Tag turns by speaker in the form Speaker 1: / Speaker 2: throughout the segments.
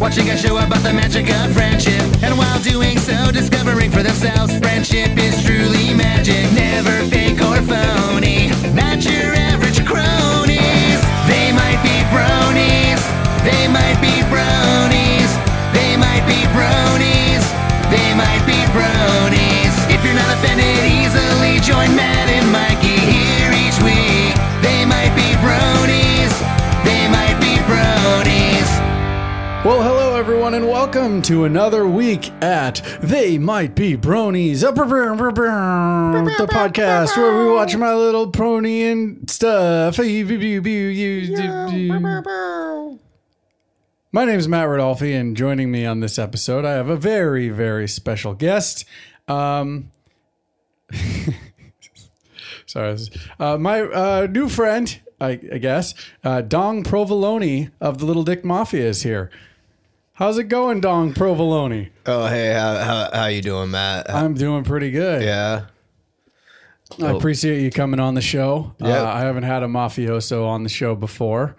Speaker 1: Watching a show about the magic of friendship. And while doing so, discovering for themselves friendship is truly magic. Never fake or phony. Not your average cronies. They might be bronies. They might be bronies. They might be bronies. They might be bronies. If you're not offended easily, join Matt and Mikey here each week. They might be bronies. They might be bronies.
Speaker 2: Well, hello everyone, and welcome to another week at They Might Be Bronies, a brr- brr- brr- brr- the podcast where we watch My Little Pony and stuff. My name is Matt Rodolfi, and joining me on this episode, I have a very, very special guest. Um, sorry, this- uh, my uh, new friend, I, I guess, uh, Dong Provolone of the Little Dick Mafia is here. How's it going, Dong Provolone?
Speaker 3: Oh hey, how how, how you doing, Matt?
Speaker 2: I'm doing pretty good.
Speaker 3: Uh, yeah,
Speaker 2: I appreciate you coming on the show.
Speaker 3: Yeah.
Speaker 2: Uh, I haven't had a mafioso on the show before.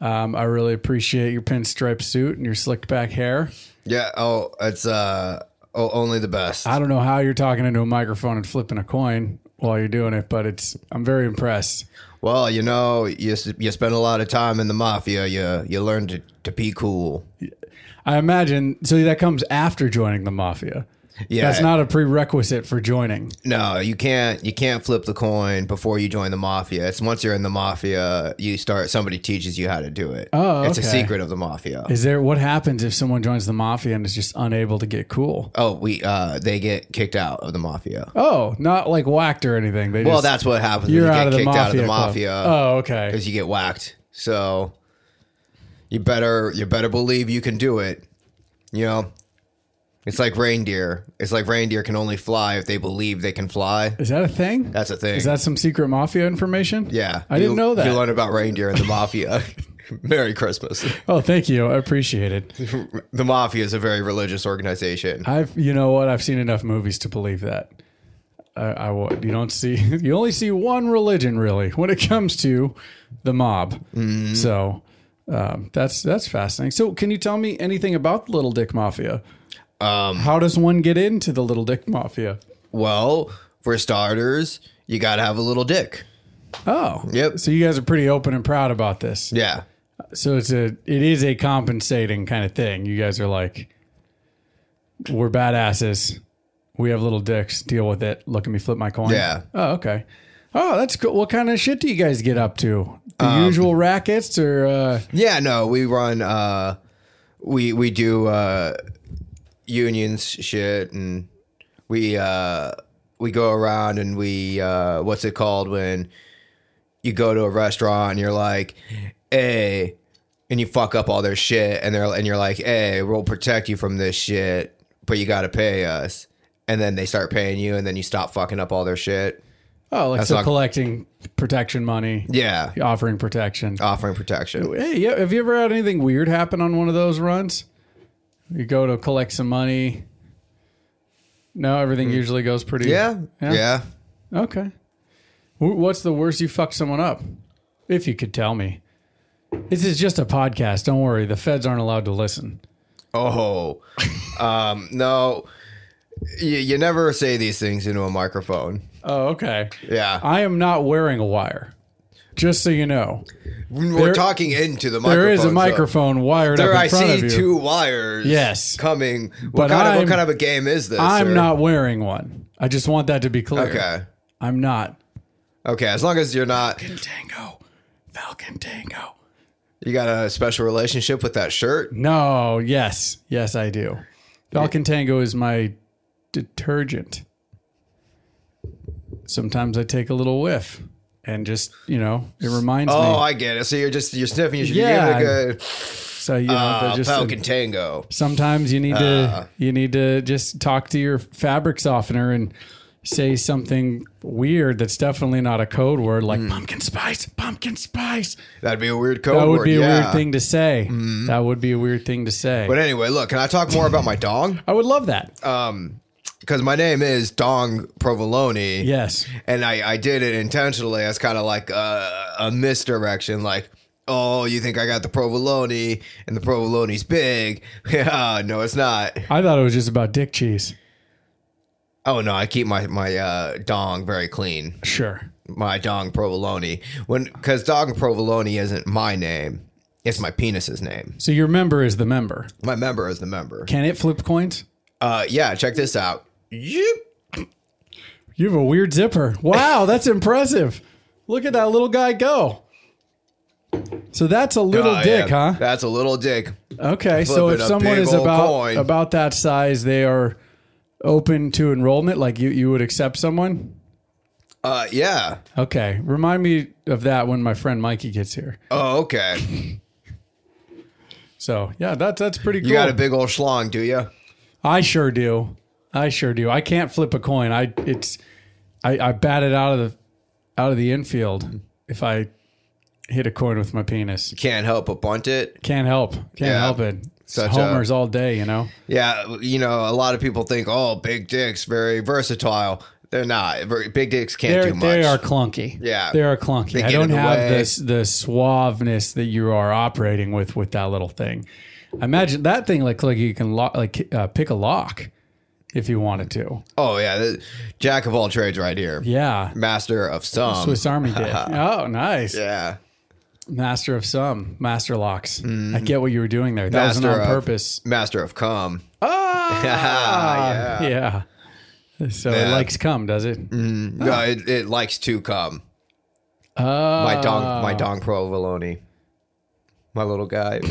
Speaker 2: Um, I really appreciate your pinstripe suit and your slicked back hair.
Speaker 3: yeah. Oh, it's uh, oh, only the best.
Speaker 2: I don't know how you're talking into a microphone and flipping a coin while you're doing it, but it's I'm very impressed.
Speaker 3: Well, you know, you s- you spend a lot of time in the mafia. You you learn to to be cool.
Speaker 2: I imagine so that comes after joining the mafia.
Speaker 3: Yeah,
Speaker 2: That's not a prerequisite for joining.
Speaker 3: No, you can't you can't flip the coin before you join the mafia. It's once you're in the mafia, you start. Somebody teaches you how to do it.
Speaker 2: Oh,
Speaker 3: it's a
Speaker 2: okay.
Speaker 3: secret of the mafia.
Speaker 2: Is there what happens if someone joins the mafia and is just unable to get cool?
Speaker 3: oh, we uh, they get kicked out of the mafia.
Speaker 2: Oh, not like whacked or anything. They
Speaker 3: well,
Speaker 2: just,
Speaker 3: that's what happens.
Speaker 2: you're
Speaker 3: when you
Speaker 2: out
Speaker 3: get
Speaker 2: of the
Speaker 3: kicked
Speaker 2: mafia.
Speaker 3: out of the
Speaker 2: club.
Speaker 3: mafia.
Speaker 2: Oh, okay.
Speaker 3: because you get whacked. So you better you better believe you can do it. You know, it's like reindeer. It's like reindeer can only fly if they believe they can fly.
Speaker 2: Is that a thing?
Speaker 3: That's a thing.
Speaker 2: Is that some secret mafia information?
Speaker 3: yeah,
Speaker 2: I didn't
Speaker 3: You-
Speaker 2: know
Speaker 3: You
Speaker 2: that.
Speaker 3: learn about reindeer and the mafia. Merry Christmas.
Speaker 2: Oh, thank you. I appreciate it.
Speaker 3: the mafia is a very religious organization.
Speaker 2: I've, you know what? I've seen enough movies to believe that. I, I wa- you don't see, you only see one religion really when it comes to the mob.
Speaker 3: Mm-hmm.
Speaker 2: So um, that's that's fascinating. So can you tell me anything about the Little Dick Mafia? Um, How does one get into the Little Dick Mafia?
Speaker 3: Well, for starters, you gotta have a little dick.
Speaker 2: Oh,
Speaker 3: Yep.
Speaker 2: So you guys are pretty open and proud about this.
Speaker 3: Yeah.
Speaker 2: So it's a it is a compensating kind of thing. You guys are like, we're badasses. We have little dicks. Deal with it. Look at me flip my coin.
Speaker 3: Yeah.
Speaker 2: Oh, okay. Oh, that's cool. What kind of shit do you guys get up to? The
Speaker 3: Um,
Speaker 2: usual rackets or uh,
Speaker 3: Yeah, no, we run uh we we do uh unions shit and we uh we go around and we uh what's it called when you go to a restaurant and you're like, "Hey," and you fuck up all their shit and they're and you're like, "Hey, we'll protect you from this shit, but you got to pay us." And then they start paying you and then you stop fucking up all their shit.
Speaker 2: oh, like
Speaker 3: That's
Speaker 2: so
Speaker 3: not-
Speaker 2: collecting protection money,
Speaker 3: Yeah. Uh,
Speaker 2: offering protection.
Speaker 3: Offering protection.
Speaker 2: Hey, yeah, have you ever had anything weird happen on one of those runs? You go to collect some money. No, everything usually goes pretty.
Speaker 3: Hmm. Yeah. Yeah.
Speaker 2: Okay. Wh- What's the worst you fucked someone up? If you could tell me. This is just a podcast. Don't worry. The feds aren't allowed to listen.
Speaker 3: Oh, um, no, you, you never say these things into a microphone.
Speaker 2: Oh, okay.
Speaker 3: Yeah,
Speaker 2: I am not wearing a wire. Just so you know,
Speaker 3: we're
Speaker 2: there-
Speaker 3: talking into the microphone.
Speaker 2: there is a
Speaker 3: so-
Speaker 2: microphone wired
Speaker 3: There,
Speaker 2: up
Speaker 3: I
Speaker 2: in front
Speaker 3: see
Speaker 2: of you.
Speaker 3: two wires.
Speaker 2: Yes.
Speaker 3: coming.
Speaker 2: But
Speaker 3: What kind, of,
Speaker 2: I'm-
Speaker 3: what kind of a game is this?
Speaker 2: I'm
Speaker 3: sir?
Speaker 2: not wearing one. I just want that to be clear.
Speaker 3: Okay,
Speaker 2: I'm not.
Speaker 3: okay. As long as you're not,
Speaker 2: Tango. Falcon Tango.
Speaker 3: you got a special relationship with that shirt.
Speaker 2: No, yes. Yes, I do. Falcon Tango is my detergent. Sometimes I take a little whiff and just, you know, it reminds
Speaker 3: Oh,
Speaker 2: me.
Speaker 3: I get it. So you're just you're sniffing. You're,
Speaker 2: Yeah.
Speaker 3: you're giving it a good
Speaker 2: so, you know,
Speaker 3: uh,
Speaker 2: they're just,
Speaker 3: Falcon Uh. Tango.
Speaker 2: sometimes you need to you need to just talk to your fabric softener and say something weird that's definitely not a code word like pumpkin spice, pumpkin spice.
Speaker 3: That'd be a weird Mm. code
Speaker 2: That would
Speaker 3: word,
Speaker 2: be a
Speaker 3: yeah. Mm-hmm.
Speaker 2: weird thing to say. That would be a weird thing to say.
Speaker 3: But Uh, anyway, look. Can I talk more about my dong?
Speaker 2: I would love that.
Speaker 3: Because my name is Dong Provolone.
Speaker 2: yes.
Speaker 3: and I, I did it intentionally as kind of like a, a misdirection, like oh, you think I got the provolone and the provolone's big? Yeah, no, it's not.
Speaker 2: I thought it was just about dick cheese.
Speaker 3: Oh no, I keep my my uh, dong very clean.
Speaker 2: Sure.
Speaker 3: My dong provolone when because dong provolone isn't my name. It's my penis's name.
Speaker 2: So your member is the member.
Speaker 3: My member is the member.
Speaker 2: Can it flip coins?
Speaker 3: Uh, yeah, check this out. Yep.
Speaker 2: You have a weird zipper. Wow, that's impressive. Look at that little guy go. So that's a little
Speaker 3: Uh,
Speaker 2: dick,
Speaker 3: yeah,
Speaker 2: huh?
Speaker 3: That's a little dick.
Speaker 2: Okay, so if
Speaker 3: Flipping a
Speaker 2: someone
Speaker 3: big
Speaker 2: is
Speaker 3: old
Speaker 2: about
Speaker 3: coin.
Speaker 2: about that size, they are open to enrollment. Like you, you would accept someone.
Speaker 3: Uh, yeah.
Speaker 2: Okay, remind me of that when my friend Mikey gets here.
Speaker 3: Oh, okay.
Speaker 2: So yeah, that's that's pretty. Cool.
Speaker 3: You got a big old schlong, do you?
Speaker 2: I sure do. I sure do. I can't flip a coin. I it's I, I bat it out of the out of the infield if I hit a coin with my penis.
Speaker 3: Can't help but bunt it.
Speaker 2: Can't help. Can't
Speaker 3: Yeah.
Speaker 2: help it. It's
Speaker 3: Such a-
Speaker 2: homers all day, you know.
Speaker 3: Yeah, you know, a lot of people think, oh, big dicks, very versatile. They're not. Ver- Big dicks can't
Speaker 2: They're,
Speaker 3: do much.
Speaker 2: they are clunky.
Speaker 3: Yeah.
Speaker 2: They are clunky. I
Speaker 3: get
Speaker 2: don't
Speaker 3: in the
Speaker 2: have
Speaker 3: way.
Speaker 2: this the suaveness that you are operating with with that little thing. Imagine that thing like like you can lock like uh, pick a lock if you wanted to.
Speaker 3: Oh yeah, the- jack of all trades, right here.
Speaker 2: Yeah.
Speaker 3: Master of some.
Speaker 2: Swiss Army did. Oh, nice.
Speaker 3: yeah.
Speaker 2: Master of some, master locks. I get what you were doing there. That
Speaker 3: Mm-hmm. Master
Speaker 2: wasn't on
Speaker 3: of-
Speaker 2: purpose.
Speaker 3: Master of cum.
Speaker 2: Ah, yeah. So it
Speaker 3: Yeah. Mm.
Speaker 2: likes cum, does it?
Speaker 3: No, it, it likes to cum. my dong,
Speaker 2: Ah.
Speaker 3: my dong provolone. My little guy.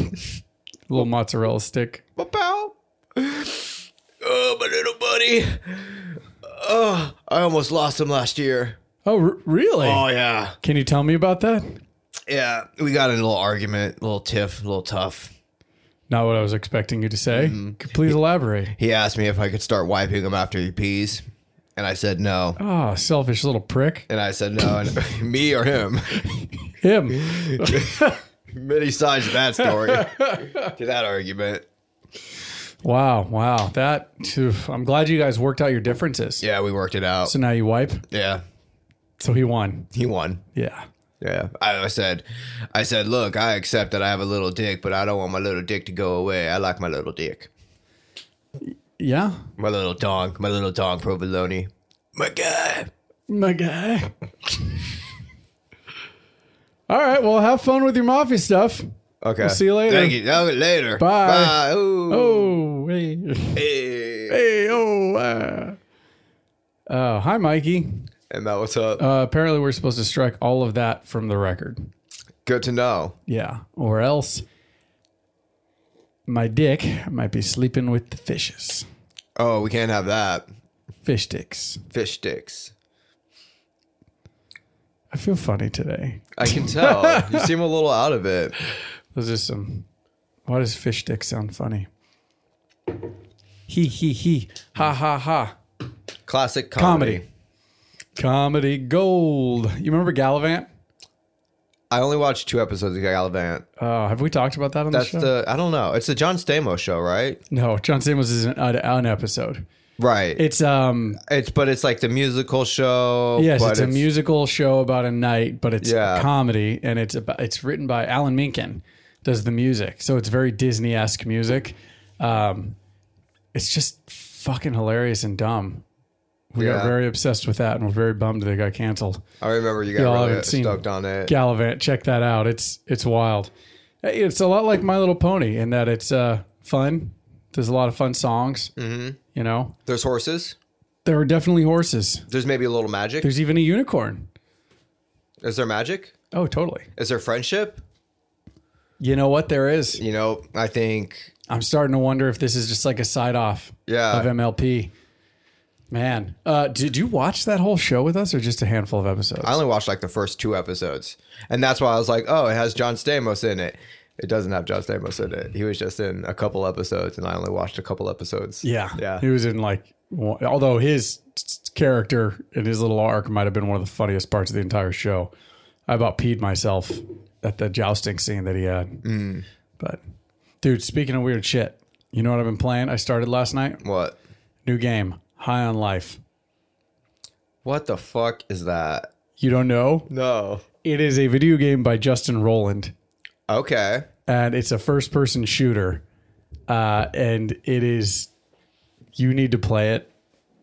Speaker 2: Little mozzarella stick.
Speaker 3: my pal. Oh, my little buddy. Oh, I almost lost him last year.
Speaker 2: Oh, r- really?
Speaker 3: Oh yeah.
Speaker 2: Can you tell me about that?
Speaker 3: Yeah, we got in a little argument, a little tiff, a little tough.
Speaker 2: Not what I was expecting you to say.
Speaker 3: Mm-hmm.
Speaker 2: Could Please elaborate.
Speaker 3: He asked me if I could start wiping him after he pees, and I said no.
Speaker 2: Ah, selfish little prick.
Speaker 3: And I said no, and me or him.
Speaker 2: Him.
Speaker 3: Many sides to that story, to that argument.
Speaker 2: Wow, wow. That, phew. I'm glad you guys worked out your differences.
Speaker 3: Yeah, we worked it out.
Speaker 2: So now you wipe.
Speaker 3: yeah,
Speaker 2: So he won.
Speaker 3: he won.
Speaker 2: Yeah.
Speaker 3: Yeah, I, I said, I said, look, I accept that I have a little dick, but I don't want my little dick to go away. I like my little dick,
Speaker 2: Yeah.
Speaker 3: my little dong, my little dong provolone, my guy.
Speaker 2: My guy. All right. Well, have fun with your mafia stuff.
Speaker 3: Okay,
Speaker 2: see you later.
Speaker 3: Thank you. Oh, later.
Speaker 2: Bye.
Speaker 3: Bye. Ooh.
Speaker 2: Oh, hey.
Speaker 3: Hey.
Speaker 2: Hey, oh. Uh. Uh, hi, Mikey.
Speaker 3: And that what's up?
Speaker 2: Uh, apparently, we're supposed to strike all of that from the record.
Speaker 3: Good to know.
Speaker 2: Yeah. Or else my dick might be sleeping with the fishes.
Speaker 3: Oh, we can't have that.
Speaker 2: Fish dicks.
Speaker 3: Fish sticks.
Speaker 2: I feel funny today.
Speaker 3: I can tell. you seem a little out of it.
Speaker 2: Those are some. Why does fish dick sound funny? He, he, he. Ha, ha, ha.
Speaker 3: Classic comedy.
Speaker 2: Comedy. Comedy gold. You remember Gallivant?
Speaker 3: I only watched two episodes of Gallivant.
Speaker 2: Uh, have we talked about that on
Speaker 3: That's
Speaker 2: the show?
Speaker 3: the I don't know. It's the John Stamos show, right?
Speaker 2: no, John Stamos is an, an, an episode.
Speaker 3: Right.
Speaker 2: It's um
Speaker 3: it's but it's like the musical show.
Speaker 2: yes,
Speaker 3: but
Speaker 2: Oh, it's, a musical show about a night, but it's
Speaker 3: Yeah.
Speaker 2: a comedy and it's about, it's written by Alan Menken does the music. So it's very Disney esque music. Um, it's just fucking hilarious and dumb. We
Speaker 3: Yeah.
Speaker 2: got very obsessed with that and we're very bummed they got canceled.
Speaker 3: I remember you
Speaker 2: Y'all
Speaker 3: got really
Speaker 2: haven't seen
Speaker 3: stoked on it.
Speaker 2: Gallivant. Check that out. It's it's wild. Hey, It's a lot like My Little Pony in that it's uh, fun. There's a lot of fun songs. Mm-hmm. You know,
Speaker 3: There's horses.
Speaker 2: there are definitely horses.
Speaker 3: There's maybe a little magic.
Speaker 2: There's even a unicorn.
Speaker 3: Is there magic?
Speaker 2: Oh, totally.
Speaker 3: Is there friendship?
Speaker 2: You know what? There is.
Speaker 3: You know, I think
Speaker 2: I'm starting to wonder if this is just like a side off
Speaker 3: Yeah.
Speaker 2: of MLP. Man, uh, did you watch that whole show with us, or just a handful of episodes?
Speaker 3: I only watched like the first two episodes, and that's why I was like, "Oh, it has John Stamos in it." It doesn't have John Stamos in it. He was just in a couple episodes, and I only watched a couple episodes.
Speaker 2: yeah,
Speaker 3: yeah.
Speaker 2: He was in like, one, although his s- s- character and his little arc might have been one of the funniest parts of the entire show. I about peed myself at the jousting scene that he had. But, dude, speaking of weird shit, you know what I've been playing? I started last night.
Speaker 3: What?
Speaker 2: New game, High on Life.
Speaker 3: What the fuck is that?
Speaker 2: You don't know?
Speaker 3: No.
Speaker 2: It is a video game by Justin Roland.
Speaker 3: Okay.
Speaker 2: and it's a first person shooter. Uh, and it is, you need to play it.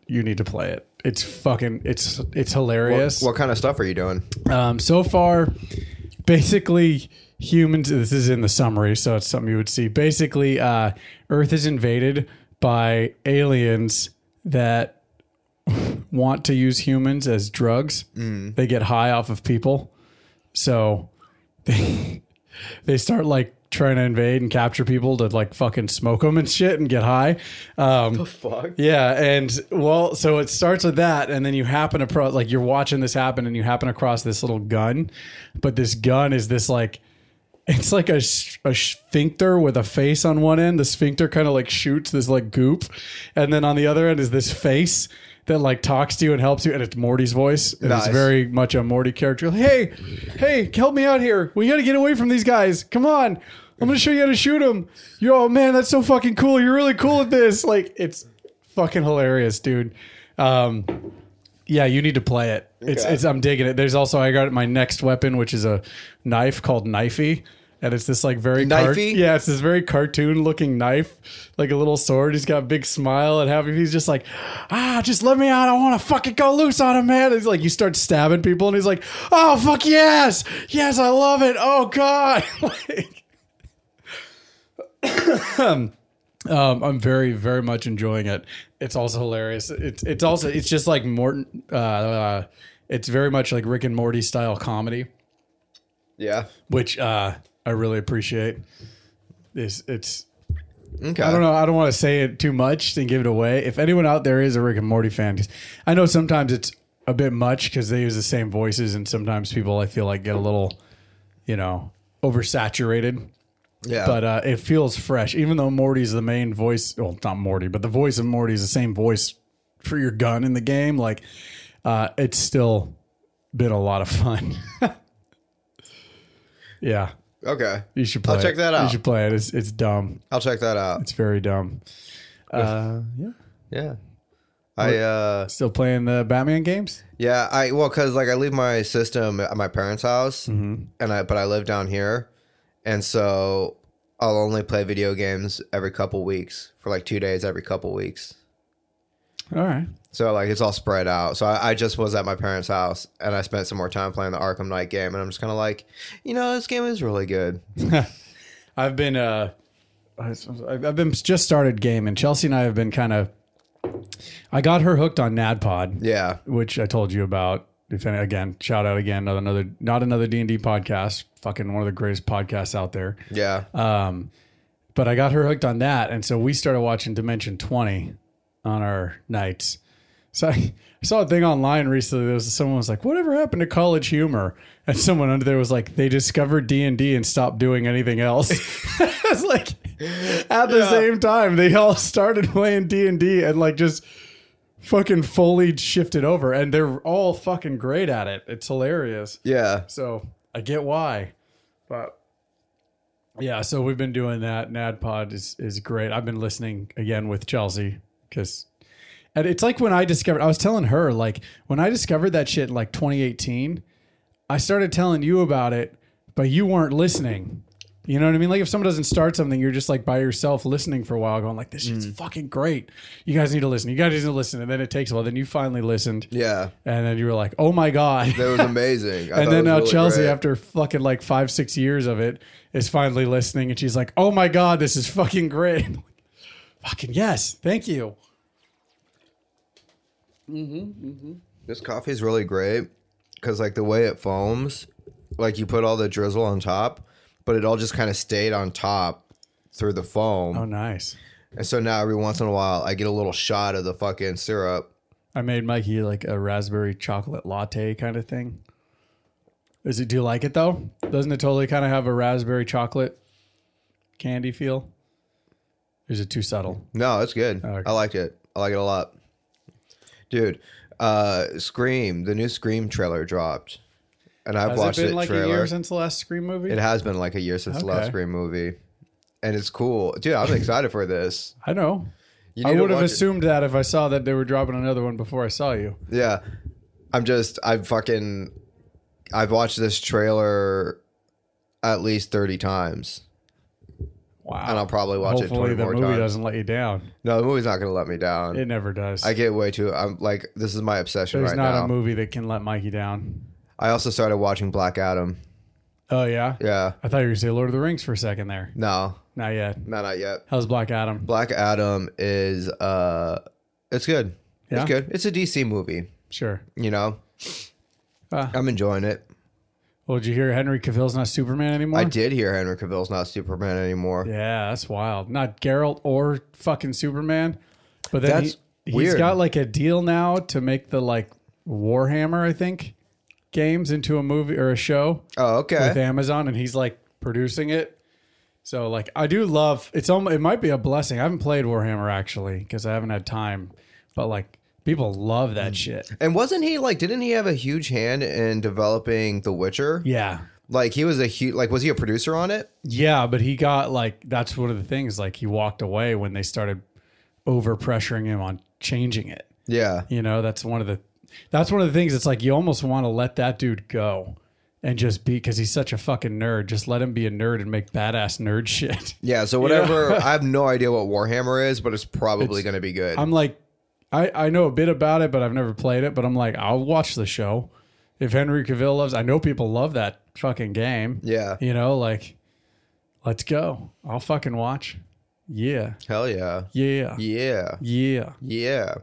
Speaker 2: You need to play it. It's fucking, it's, it's hilarious.
Speaker 3: What kind of stuff are you doing?
Speaker 2: Um, so far, basically, humans. This is in the summary, so it's something you would see. Basically, uh, Earth is invaded by aliens that want to use humans as drugs. They get high off of people, so they they start like trying to invade and capture people to like fucking smoke them and shit and get high. Um,
Speaker 3: Fuck.
Speaker 2: yeah, and well, so it starts with that, and then you happen across like you're watching this happen, and you happen across this little gun, but this gun is this like it's like a, s- a sphincter with a face on one end. The sphincter kind of like shoots this like goop, and then on the other end is this face that like talks to you and helps you, and it's Morty's voice. And
Speaker 3: Nice.
Speaker 2: It's very much a Morty character. Like, hey, hey, help me out here! We got to get away from these guys. Come on. I'm gonna show you how to shoot them. Yo, man, that's so fucking cool. You're really cool at this. Like, it's fucking hilarious, dude. Um, yeah, you need to play it. It's,
Speaker 3: Okay.
Speaker 2: it's I'm digging it. There's also I got my next weapon, which is a knife called Knifey, and it's this like very cart-
Speaker 3: Knifey?
Speaker 2: yeah, it's this very cartoon looking knife, like a little sword. He's got a big smile and happy. He's just like, ah, just let me out. I want to fucking go loose on him, man. It's like you start stabbing people, and he's like, oh fuck yes, yes, I love it. Oh god. like, Um, I'm very, very much enjoying it. It's also hilarious. It's it's also it's just like Morton. Uh, uh, it's very much like Rick and Morty style comedy,
Speaker 3: Yeah.
Speaker 2: which uh, I really appreciate. This it's
Speaker 3: Okay.
Speaker 2: I don't know. I don't want to say it too much and give it away. If anyone out there is a Rick and Morty fan, 'cause I know sometimes it's a bit much because they use the same voices, and sometimes people I feel like get a little, you know, oversaturated
Speaker 3: Yeah.
Speaker 2: but uh, it feels fresh, even though Morty's the main voice. Well, not Morty, but the voice of Morty is the same voice for your gun in the game. Like, uh, it's still been a lot of fun. yeah,
Speaker 3: okay.
Speaker 2: uh, you should play.
Speaker 3: I'll check
Speaker 2: it.
Speaker 3: that out.
Speaker 2: You should play it. It's it's dumb.
Speaker 3: I'll check that out.
Speaker 2: It's very dumb. Uh, yeah.
Speaker 3: Yeah. I uh
Speaker 2: Still playing the Batman games?
Speaker 3: yeah I well because like I leave my system at my parents' house
Speaker 2: Mm-hmm.
Speaker 3: and I but I live down here and so I'll only play video games every couple weeks for like two days every couple weeks
Speaker 2: All right.
Speaker 3: So like it's all spread out. So I, I just was at my parents' house and I spent some more time playing the Arkham Knight game, and I'm just kind of like, you know, this game is really good.
Speaker 2: I've been uh, I've I've been just started game, and Chelsea and I have been kind of. I got her hooked on NADPOD.
Speaker 3: Yeah,
Speaker 2: which I told you about. If any, again, shout out again, not another, not another D and D podcast. Fucking one of the greatest podcasts out there.
Speaker 3: yeah,
Speaker 2: Uh, But I got her hooked on that, and so we started watching Dimension Twenty on our nights. So I saw a thing online recently. There was someone was like, "Whatever happened to college humor?" And someone under there was like, "They discovered D and D and stopped doing anything else." it's like at the same time they all started playing D and D and like just fucking fully shifted over, and they're all fucking great at it. It's hilarious.
Speaker 3: yeah.
Speaker 2: So I get why, but yeah. So we've been doing that. NADPOD is is great. I've been listening again with Chelsea because, and it's like when I discovered. I was telling her like when I discovered that shit in like 2018. I started telling you about it, but you weren't listening. You know what I mean? Like if someone doesn't start something, you're just like by yourself listening for a while, going like, "This shit's fucking great. You guys need to listen. You guys need to listen." And then it takes a while. Then you finally listened,
Speaker 3: Yeah,
Speaker 2: and then you were like, "Oh my god!"
Speaker 3: that was amazing. I
Speaker 2: and
Speaker 3: thought
Speaker 2: then
Speaker 3: it was
Speaker 2: now
Speaker 3: really
Speaker 2: Chelsea,
Speaker 3: great.
Speaker 2: after fucking like five, six years of it, is finally listening, and she's like, "Oh my god, this is fucking great!" fucking yes, thank you.
Speaker 3: this coffee's really great because like the way it foams, like you put all the drizzle on top, but it all just kind of stayed on top through the foam,
Speaker 2: Oh, nice.
Speaker 3: and so now every once in a while I get a little shot of the fucking syrup.
Speaker 2: I made Mikey like a raspberry chocolate latte kind of thing. Is it? Do you like it though? Doesn't it totally kind of have a raspberry chocolate candy feel? Is it too subtle?
Speaker 3: No, it's good.
Speaker 2: Oh,
Speaker 3: I liked it. I like it a lot. Dude, uh Scream, the new Scream trailer dropped. And I've
Speaker 2: Has
Speaker 3: watched
Speaker 2: it been
Speaker 3: it
Speaker 2: like a
Speaker 3: trailer.
Speaker 2: year since the last Scream movie?
Speaker 3: it has been like a year since the last
Speaker 2: Okay.
Speaker 3: Scream movie. And it's cool. Dude, I'm excited for this.
Speaker 2: I know.
Speaker 3: You
Speaker 2: I
Speaker 3: need to
Speaker 2: would have
Speaker 3: watch it.
Speaker 2: assumed that if I saw that they were dropping another one before I saw you.
Speaker 3: Yeah. I'm just I'm fucking I've watched this trailer at least 30 times.
Speaker 2: Wow.
Speaker 3: And I'll probably watch it
Speaker 2: Hopefully
Speaker 3: 20
Speaker 2: the
Speaker 3: more
Speaker 2: movie
Speaker 3: times.
Speaker 2: doesn't let you down.
Speaker 3: No, the movie's not going to let me down.
Speaker 2: It never does.
Speaker 3: I get way too. I'm like, this is my obsession
Speaker 2: There's
Speaker 3: right
Speaker 2: not
Speaker 3: now.
Speaker 2: a movie that can let Mikey down.
Speaker 3: I also started watching Black Adam.
Speaker 2: Oh yeah.
Speaker 3: Yeah.
Speaker 2: I thought you were gonna say Lord of the Rings for a second there.
Speaker 3: No,
Speaker 2: Not yet.
Speaker 3: no, not yet.
Speaker 2: How's Black Adam?
Speaker 3: Black Adam is uh, it's good.
Speaker 2: Yeah?
Speaker 3: It's good. It's a DC movie.
Speaker 2: Sure.
Speaker 3: You know,
Speaker 2: Ah.
Speaker 3: I'm enjoying it.
Speaker 2: Well, did you hear Henry Cavill's not Superman anymore?
Speaker 3: I did hear Henry Cavill's not Superman anymore.
Speaker 2: Yeah, that's wild. Not Geralt or fucking Superman. But then
Speaker 3: That's
Speaker 2: he, he's
Speaker 3: weird.
Speaker 2: got like a deal now to make the like Warhammer, I think, games into a movie or a show
Speaker 3: Oh,
Speaker 2: with
Speaker 3: okay.
Speaker 2: Amazon, and he's like producing it. So like, I do love it's. Almost, it might be a blessing. I haven't played Warhammer actually because I haven't had time. But like, people love that shit.
Speaker 3: And wasn't he like? Didn't he have a huge hand in developing The Witcher?
Speaker 2: Yeah,
Speaker 3: Like he was a huge. Like was he a producer on it?
Speaker 2: Yeah, but he got like that's one of the things. Like he walked away when they started over pressuring him on changing it.
Speaker 3: Yeah.
Speaker 2: You know, that's one of the that's one of the things. It's like you almost want to let that dude go and just be because he's such a fucking nerd. Just let him be a nerd and make badass nerd shit.
Speaker 3: Yeah. So whatever. I have no idea what Warhammer is, but it's probably going to be good.
Speaker 2: I'm like, I I know a bit about it, but I've never played it. But I'm like, I'll watch the show. If Henry Cavill loves, I know people love that fucking game.
Speaker 3: yeah.
Speaker 2: You know, like, let's go. I'll fucking watch. Yeah.
Speaker 3: Hell yeah.
Speaker 2: Yeah.
Speaker 3: Yeah.
Speaker 2: Yeah.
Speaker 3: Yeah.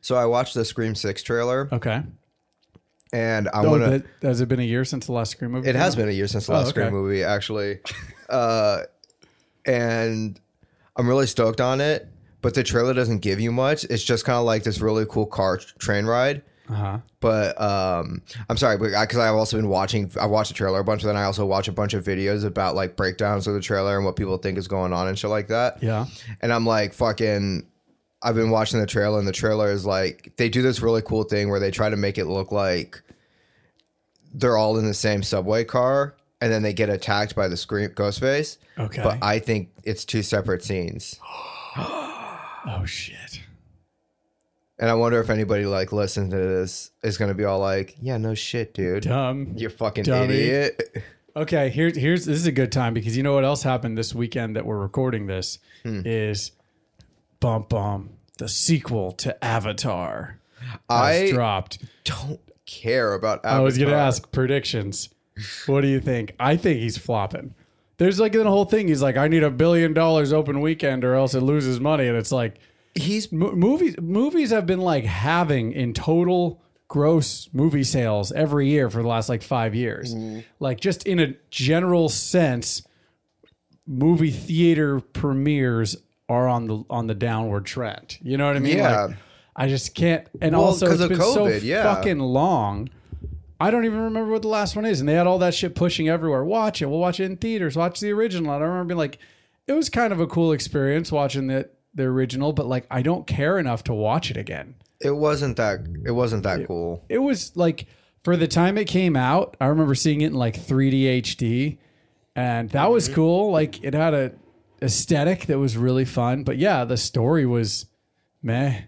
Speaker 3: So I watched the Scream Six trailer,
Speaker 2: Okay.
Speaker 3: and I
Speaker 2: Oh,
Speaker 3: want to.
Speaker 2: that, has it been a year since the last Scream movie?
Speaker 3: It
Speaker 2: came
Speaker 3: has
Speaker 2: out?
Speaker 3: been a year since the
Speaker 2: Oh,
Speaker 3: last
Speaker 2: okay.
Speaker 3: Scream movie, actually. Uh, and I'm really stoked on it, but the trailer doesn't give you much. It's just kind of like this really cool car tr- train ride.
Speaker 2: Uh-huh.
Speaker 3: But um, I'm sorry, because I, 'cause I've also been watching. I watched the trailer a bunch, but then I also watch a bunch of videos about like breakdowns of the trailer and what people think is going on and shit like that.
Speaker 2: Yeah.
Speaker 3: and I'm like fucking. I've been watching the trailer, and the trailer is like they do this really cool thing where they try to make it look like they're all in the same subway car, and then they get attacked by the scream Ghostface.
Speaker 2: Okay.
Speaker 3: But I think it's two separate scenes,
Speaker 2: oh shit.
Speaker 3: and I wonder if anybody like listening to this is gonna be all like, "Yeah, no shit, dude,
Speaker 2: Dumb.
Speaker 3: you fucking
Speaker 2: dummy."
Speaker 3: idiot."
Speaker 2: Okay, here's here's this is a good time because you know what else happened this weekend that we're recording this
Speaker 3: Hmm.
Speaker 2: is bum bum the sequel to Avatar has
Speaker 3: I
Speaker 2: dropped.
Speaker 3: don't care about.
Speaker 2: I was gonna
Speaker 3: Avatar.
Speaker 2: ask predictions. What do you think? I think he's flopping. There's like the whole thing. He's like, I need a billion dollars open weekend, or else it loses money. And it's like,
Speaker 3: He's
Speaker 2: Mo- movies movies have been like having in total gross movie sales every year for the last like 5 years. Like just in a general sense movie theater premieres are on the on the downward trend. You know what I mean?
Speaker 3: Yeah.
Speaker 2: Like, I just can't and
Speaker 3: Well,
Speaker 2: also
Speaker 3: 'cause
Speaker 2: it's
Speaker 3: of
Speaker 2: been so
Speaker 3: COVID, yeah.
Speaker 2: fucking long. I don't even remember what the last one is and they had all that shit pushing everywhere. Watch it. We'll watch it in theaters. Watch the original. And I remember being like it was kind of a cool experience watching the the original, but like I don't care enough to watch it again.
Speaker 3: it wasn't that it wasn't that cool.
Speaker 2: It was like for the time it came out, I remember seeing it in like 3D HD, and that was
Speaker 3: Mm-hmm.
Speaker 2: cool. Like it had a aesthetic that was really fun, but yeah, the story was meh.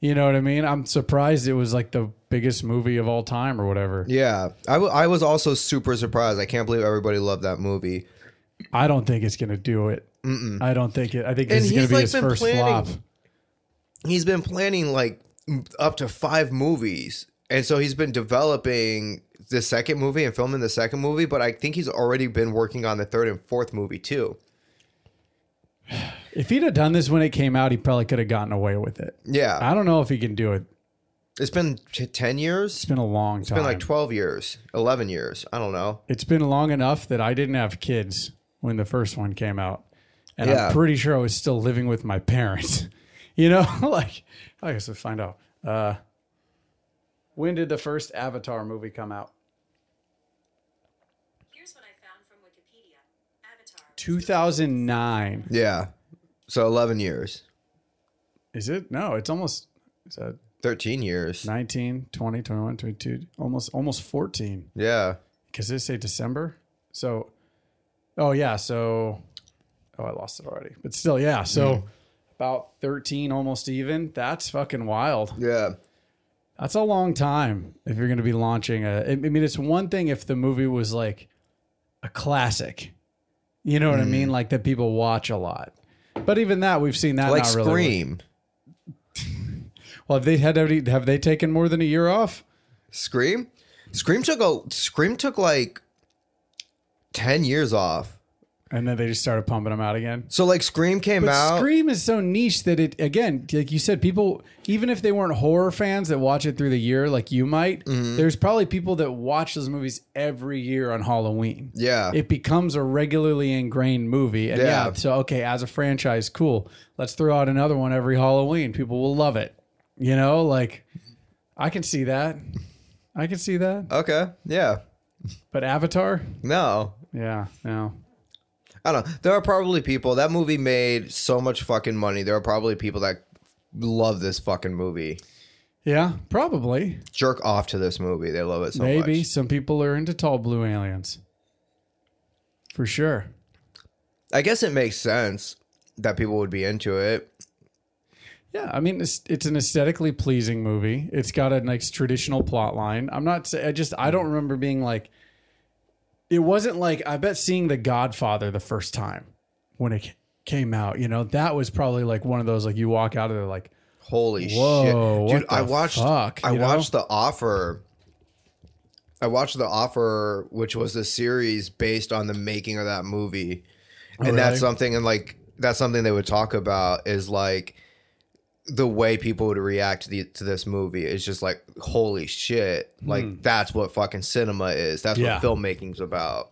Speaker 2: You know what I mean? I'm surprised it was like the biggest movie of all time or whatever.
Speaker 3: Yeah, I, w- I was also super surprised. I can't believe everybody loved that movie.
Speaker 2: I don't think it's gonna do it. I don't think it. I think
Speaker 3: And
Speaker 2: this is gonna
Speaker 3: he's,
Speaker 2: be
Speaker 3: like,
Speaker 2: his
Speaker 3: been
Speaker 2: first
Speaker 3: planning-
Speaker 2: flop.
Speaker 3: He's been planning like m- up to five movies, and so he's been developing the second movie and filming the second movie. But I think he's already been working on the third and fourth movie too.
Speaker 2: If he'd have done this when it came out, he probably could have gotten away with it.
Speaker 3: Yeah,
Speaker 2: I don't know if he can do it.
Speaker 3: it's been t- ten years.
Speaker 2: It's been a long
Speaker 3: It's
Speaker 2: time.
Speaker 3: been like twelve years, eleven years. I don't know.
Speaker 2: it's been long enough that I didn't have kids when the first one came out. And
Speaker 3: Yeah.
Speaker 2: I'm pretty sure I was still living with my parents. you know, like I guess we'll find out. Uh when did the first Avatar movie come out?
Speaker 4: Here's what I found from Wikipedia. Avatar.
Speaker 2: 2009.
Speaker 3: Yeah, so eleven years,
Speaker 2: Is it? No, it's almost it's uh,
Speaker 3: thirteen years.
Speaker 2: 19, 20, 21, 22, almost almost 14.
Speaker 3: Yeah,
Speaker 2: Cuz they say December. So Oh yeah, so oh I lost it already. But still, yeah. So about 13 almost even. That's fucking wild.
Speaker 3: yeah.
Speaker 2: That's a long time if you're going to be launching a. I I mean, it's one thing if the movie was like a classic. You know what I
Speaker 3: Mm.
Speaker 2: mean? Like that people watch a lot. But even that, we've seen that
Speaker 3: like
Speaker 2: not really work.
Speaker 3: Scream.
Speaker 2: Well, have they had any- have they taken more than a year off?
Speaker 3: Scream? Scream took a Scream took like 10 years off.
Speaker 2: And then they just started pumping them out again.
Speaker 3: So like Scream came
Speaker 2: But
Speaker 3: out.
Speaker 2: Scream is so niche that it again, like you said, people even if they weren't horror fans that watch it through the year, like you might,
Speaker 3: Mm-hmm.
Speaker 2: there's probably people that watch those movies every year on Halloween.
Speaker 3: Yeah.
Speaker 2: it becomes a regularly ingrained movie. And yeah.
Speaker 3: Yeah.
Speaker 2: so okay, as a franchise, cool. Let's throw out another one every Halloween. People will love it. You know, like I can see that. I can see that.
Speaker 3: okay. Yeah.
Speaker 2: But Avatar,
Speaker 3: No.
Speaker 2: yeah, no.
Speaker 3: I don't know. There are probably people that movie made so much fucking money. There are probably people that love this fucking movie.
Speaker 2: Yeah, probably.
Speaker 3: Jerk off to this movie. They love it so
Speaker 2: Maybe
Speaker 3: much.
Speaker 2: some people are into tall blue aliens. For sure.
Speaker 3: I guess it makes sense that people would be into it.
Speaker 2: Yeah, I mean it's, it's an aesthetically pleasing movie. It's got a nice traditional plot line. I'm not say- I just I don't remember being like it wasn't like I bet seeing The Godfather the first time when it ca- came out, you know, that was probably like one of those like you walk out of there like
Speaker 3: Holy
Speaker 2: Whoa,
Speaker 3: shit.
Speaker 2: what
Speaker 3: Dude, I
Speaker 2: the
Speaker 3: watched
Speaker 2: fuck,
Speaker 3: I
Speaker 2: you know?
Speaker 3: watched The Offer. I watched The Offer, which was the series based on the making of that movie. And
Speaker 2: really?
Speaker 3: that's something and like that's something they would talk about is like the way people would react to, the, to this movie It's just like holy shit like that's what fucking cinema is that's
Speaker 2: Hmm. Yeah.
Speaker 3: what filmmaking's about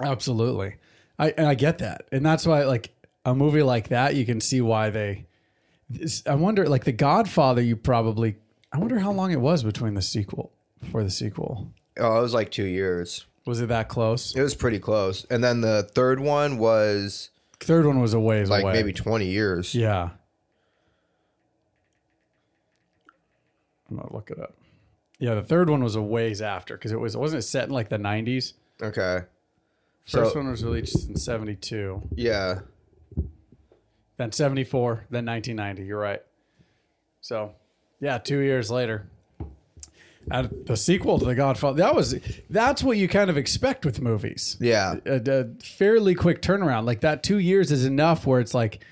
Speaker 2: Absolutely. I and I get that. And that's why like a movie like that you can see why they it's- I wonder like The Godfather you probably I wonder how long it was between the sequel before the sequel.
Speaker 3: oh it was like two years
Speaker 2: Was it that close?
Speaker 3: it was pretty close and then the third one was
Speaker 2: Third one was a ways
Speaker 3: like
Speaker 2: away.
Speaker 3: maybe 20 years
Speaker 2: Yeah. I'm gonna look it up. Yeah, the third one was a ways after because it was wasn't it set in like the nineties.
Speaker 3: okay
Speaker 2: First
Speaker 3: So-
Speaker 2: one was released in seventy two,
Speaker 3: yeah
Speaker 2: then seventy four, then nineteen ninety. You're right. So, yeah, two years later, and the sequel to The Godfather. That was that's what you kind of expect with movies.
Speaker 3: Yeah.
Speaker 2: a, a fairly quick turnaround. Like that two years is enough where it's like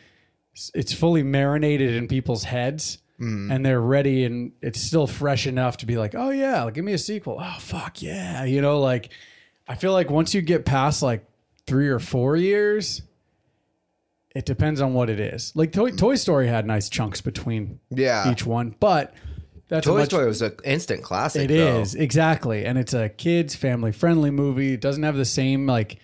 Speaker 2: it's fully marinated in people's heads
Speaker 3: Mm.
Speaker 2: and they're ready and it's still fresh enough to be like, oh yeah, like, give me a sequel. Oh fuck yeah. You know, like I feel like once you get past like three or four years, it depends on what it is. Like Toy, Toy Story had nice chunks between
Speaker 3: Mm. Yeah.
Speaker 2: each one, but that's a
Speaker 3: Toy
Speaker 2: much-
Speaker 3: Story was an instant classic.
Speaker 2: it is exactly, and it's a kids family friendly movie. It doesn't have the same like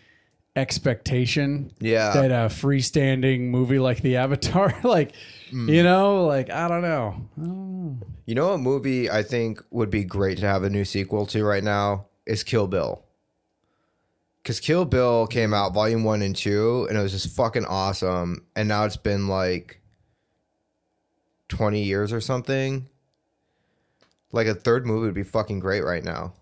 Speaker 2: expectation
Speaker 3: Yeah.
Speaker 2: that a freestanding movie like the Avatar, like
Speaker 3: Hmm.
Speaker 2: you know, like I don't know.
Speaker 3: You know, a movie I think would be great to have a new sequel to right now is Kill Bill. Because Kill Bill came out volume one and two, and it was just fucking awesome. And now it's been like 20 years or something. Like a third movie would be fucking great right now.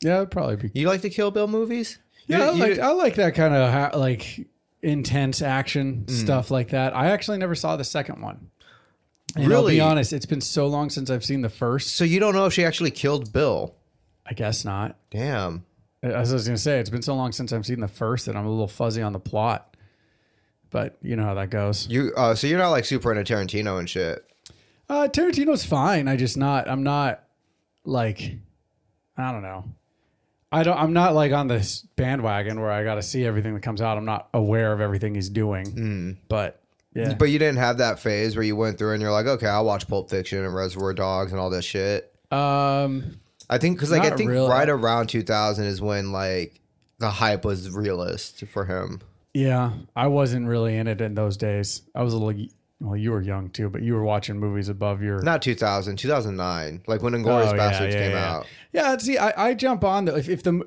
Speaker 2: Yeah, it'd probably be.
Speaker 3: You like the Kill Bill movies? You-
Speaker 2: Yeah, I
Speaker 3: you-
Speaker 2: like I like that kind of ha- like intense action
Speaker 3: Hmm.
Speaker 2: stuff like that. I actually never saw the second one. And I'll be
Speaker 3: Really?
Speaker 2: honest, it's been so long since I've seen the first.
Speaker 3: so you don't know if she actually killed Bill.
Speaker 2: I guess not.
Speaker 3: Damn.
Speaker 2: As I was going to say, it's been so long since I've seen the first that I'm a little fuzzy on the plot. But you know how that goes.
Speaker 3: You uh, so you're not like super into Tarantino and shit.
Speaker 2: Uh, Tarantino's fine. I just not. I'm not like, I don't know. I don't. I'm not like on this bandwagon where I got to see everything that comes out. I'm not aware of everything he's doing. But yeah,
Speaker 3: But you didn't have that phase where you went through and you're like, okay, I'll watch Pulp Fiction and Reservoir Dogs and all this shit.
Speaker 2: um,
Speaker 3: I think because like I
Speaker 2: Not
Speaker 3: think
Speaker 2: really.
Speaker 3: right around 2000 is when like the hype was realist for him.
Speaker 2: yeah, I wasn't really in it in those days. I was a little. Well, you were young too, but you were watching movies above your.
Speaker 3: Not 2000, 2009, like when Inglourious
Speaker 2: Oh, yeah,
Speaker 3: Bastards
Speaker 2: yeah,
Speaker 3: came
Speaker 2: yeah.
Speaker 3: out.
Speaker 2: Yeah, see, I, I jump on though. If, if the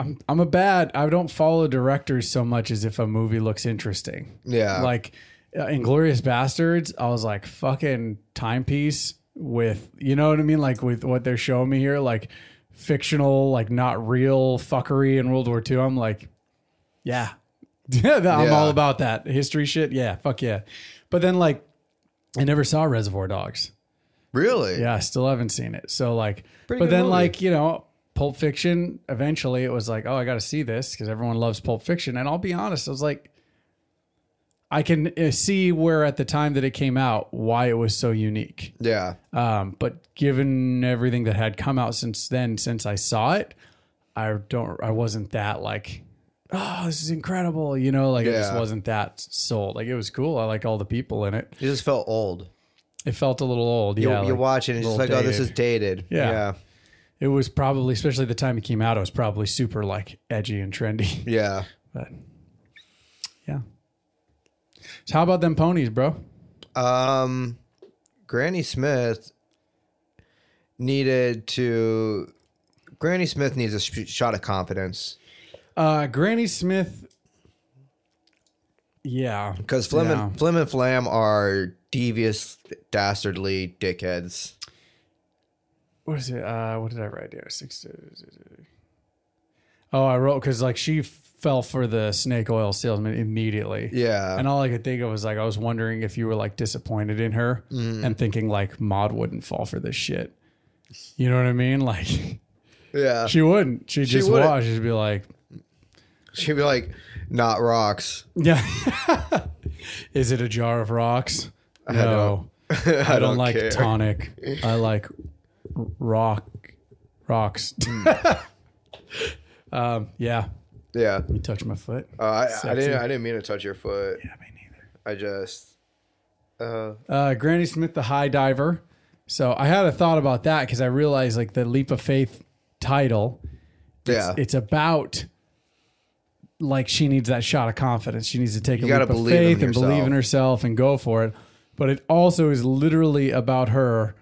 Speaker 2: I'm I'm a bad. I don't follow directors so much as if a movie looks interesting.
Speaker 3: Yeah.
Speaker 2: like uh, Inglorious Bastards. I was like fucking timepiece with you know what I mean, like with what they're showing me here, like fictional, like not real fuckery in World War II. I'm like, yeah. Yeah, that- I'm
Speaker 3: Yeah.
Speaker 2: all about that history shit. Yeah, fuck yeah. But then, like, I never saw Reservoir Dogs.
Speaker 3: Really?
Speaker 2: Yeah, I still haven't seen it. So like,
Speaker 3: Pretty
Speaker 2: but
Speaker 3: good
Speaker 2: then
Speaker 3: movie.
Speaker 2: like you know, Pulp Fiction, eventually it was like, oh, I got to see this because everyone loves Pulp Fiction. And I'll be honest, I was like, I can uh, see where at the time that it came out, why it was so unique.
Speaker 3: Yeah.
Speaker 2: Um, but given everything that had come out since then, since I saw it, I don't, I wasn't that like, oh, this is incredible. You know, like I just
Speaker 3: Yeah.
Speaker 2: wasn't that sold. Like it was cool. I like all the people in it.
Speaker 3: You just felt old.
Speaker 2: It felt a little old.
Speaker 3: You,
Speaker 2: yeah,
Speaker 3: you watch it and it's just like,
Speaker 2: little
Speaker 3: oh, this is
Speaker 2: dated.
Speaker 3: dated.
Speaker 2: Yeah.
Speaker 3: Yeah.
Speaker 2: It was probably, especially the time it came out, it was probably super like edgy and trendy.
Speaker 3: Yeah.
Speaker 2: But yeah. So how about them ponies, bro?
Speaker 3: Um, Granny Smith needed to. Granny Smith needs a sh- shot of confidence
Speaker 2: Uh, Granny Smith. Yeah,
Speaker 3: because Flim,
Speaker 2: Yeah.
Speaker 3: and Flim and Flam are devious, dastardly dickheads.
Speaker 2: what is it? Uh, what did I write here? Six. Oh, I wrote because like she fell for the snake oil salesman immediately.
Speaker 3: Yeah.
Speaker 2: and all I could think of was like I was wondering if you were like disappointed in her
Speaker 3: Mm.
Speaker 2: and thinking like Maud wouldn't fall for this shit. You know what I mean? Like
Speaker 3: Yeah.
Speaker 2: she wouldn't. She just
Speaker 3: wouldn't.
Speaker 2: watch. She'd be like,
Speaker 3: She'd be like, not rocks.
Speaker 2: yeah. is it a jar of rocks? No,
Speaker 3: I,
Speaker 2: I, don't, like
Speaker 3: care.
Speaker 2: tonic. I like r- rock rocks.
Speaker 3: Hmm.
Speaker 2: um, yeah,
Speaker 3: Yeah.
Speaker 2: you touch my foot.
Speaker 3: Uh, I, I
Speaker 2: Sexy.
Speaker 3: didn't. I didn't mean to touch your foot.
Speaker 2: Yeah, me neither.
Speaker 3: I just. Uh,
Speaker 2: Uh, Granny Smith, the high diver. So I had a thought about that because I realized like the leap of faith title.
Speaker 3: yeah.
Speaker 2: It's about like she needs that shot of confidence. She needs to take a
Speaker 3: gotta
Speaker 2: leap of
Speaker 3: believe in
Speaker 2: faith and believe
Speaker 3: yourself.
Speaker 2: in herself and go for it. But it also is literally about her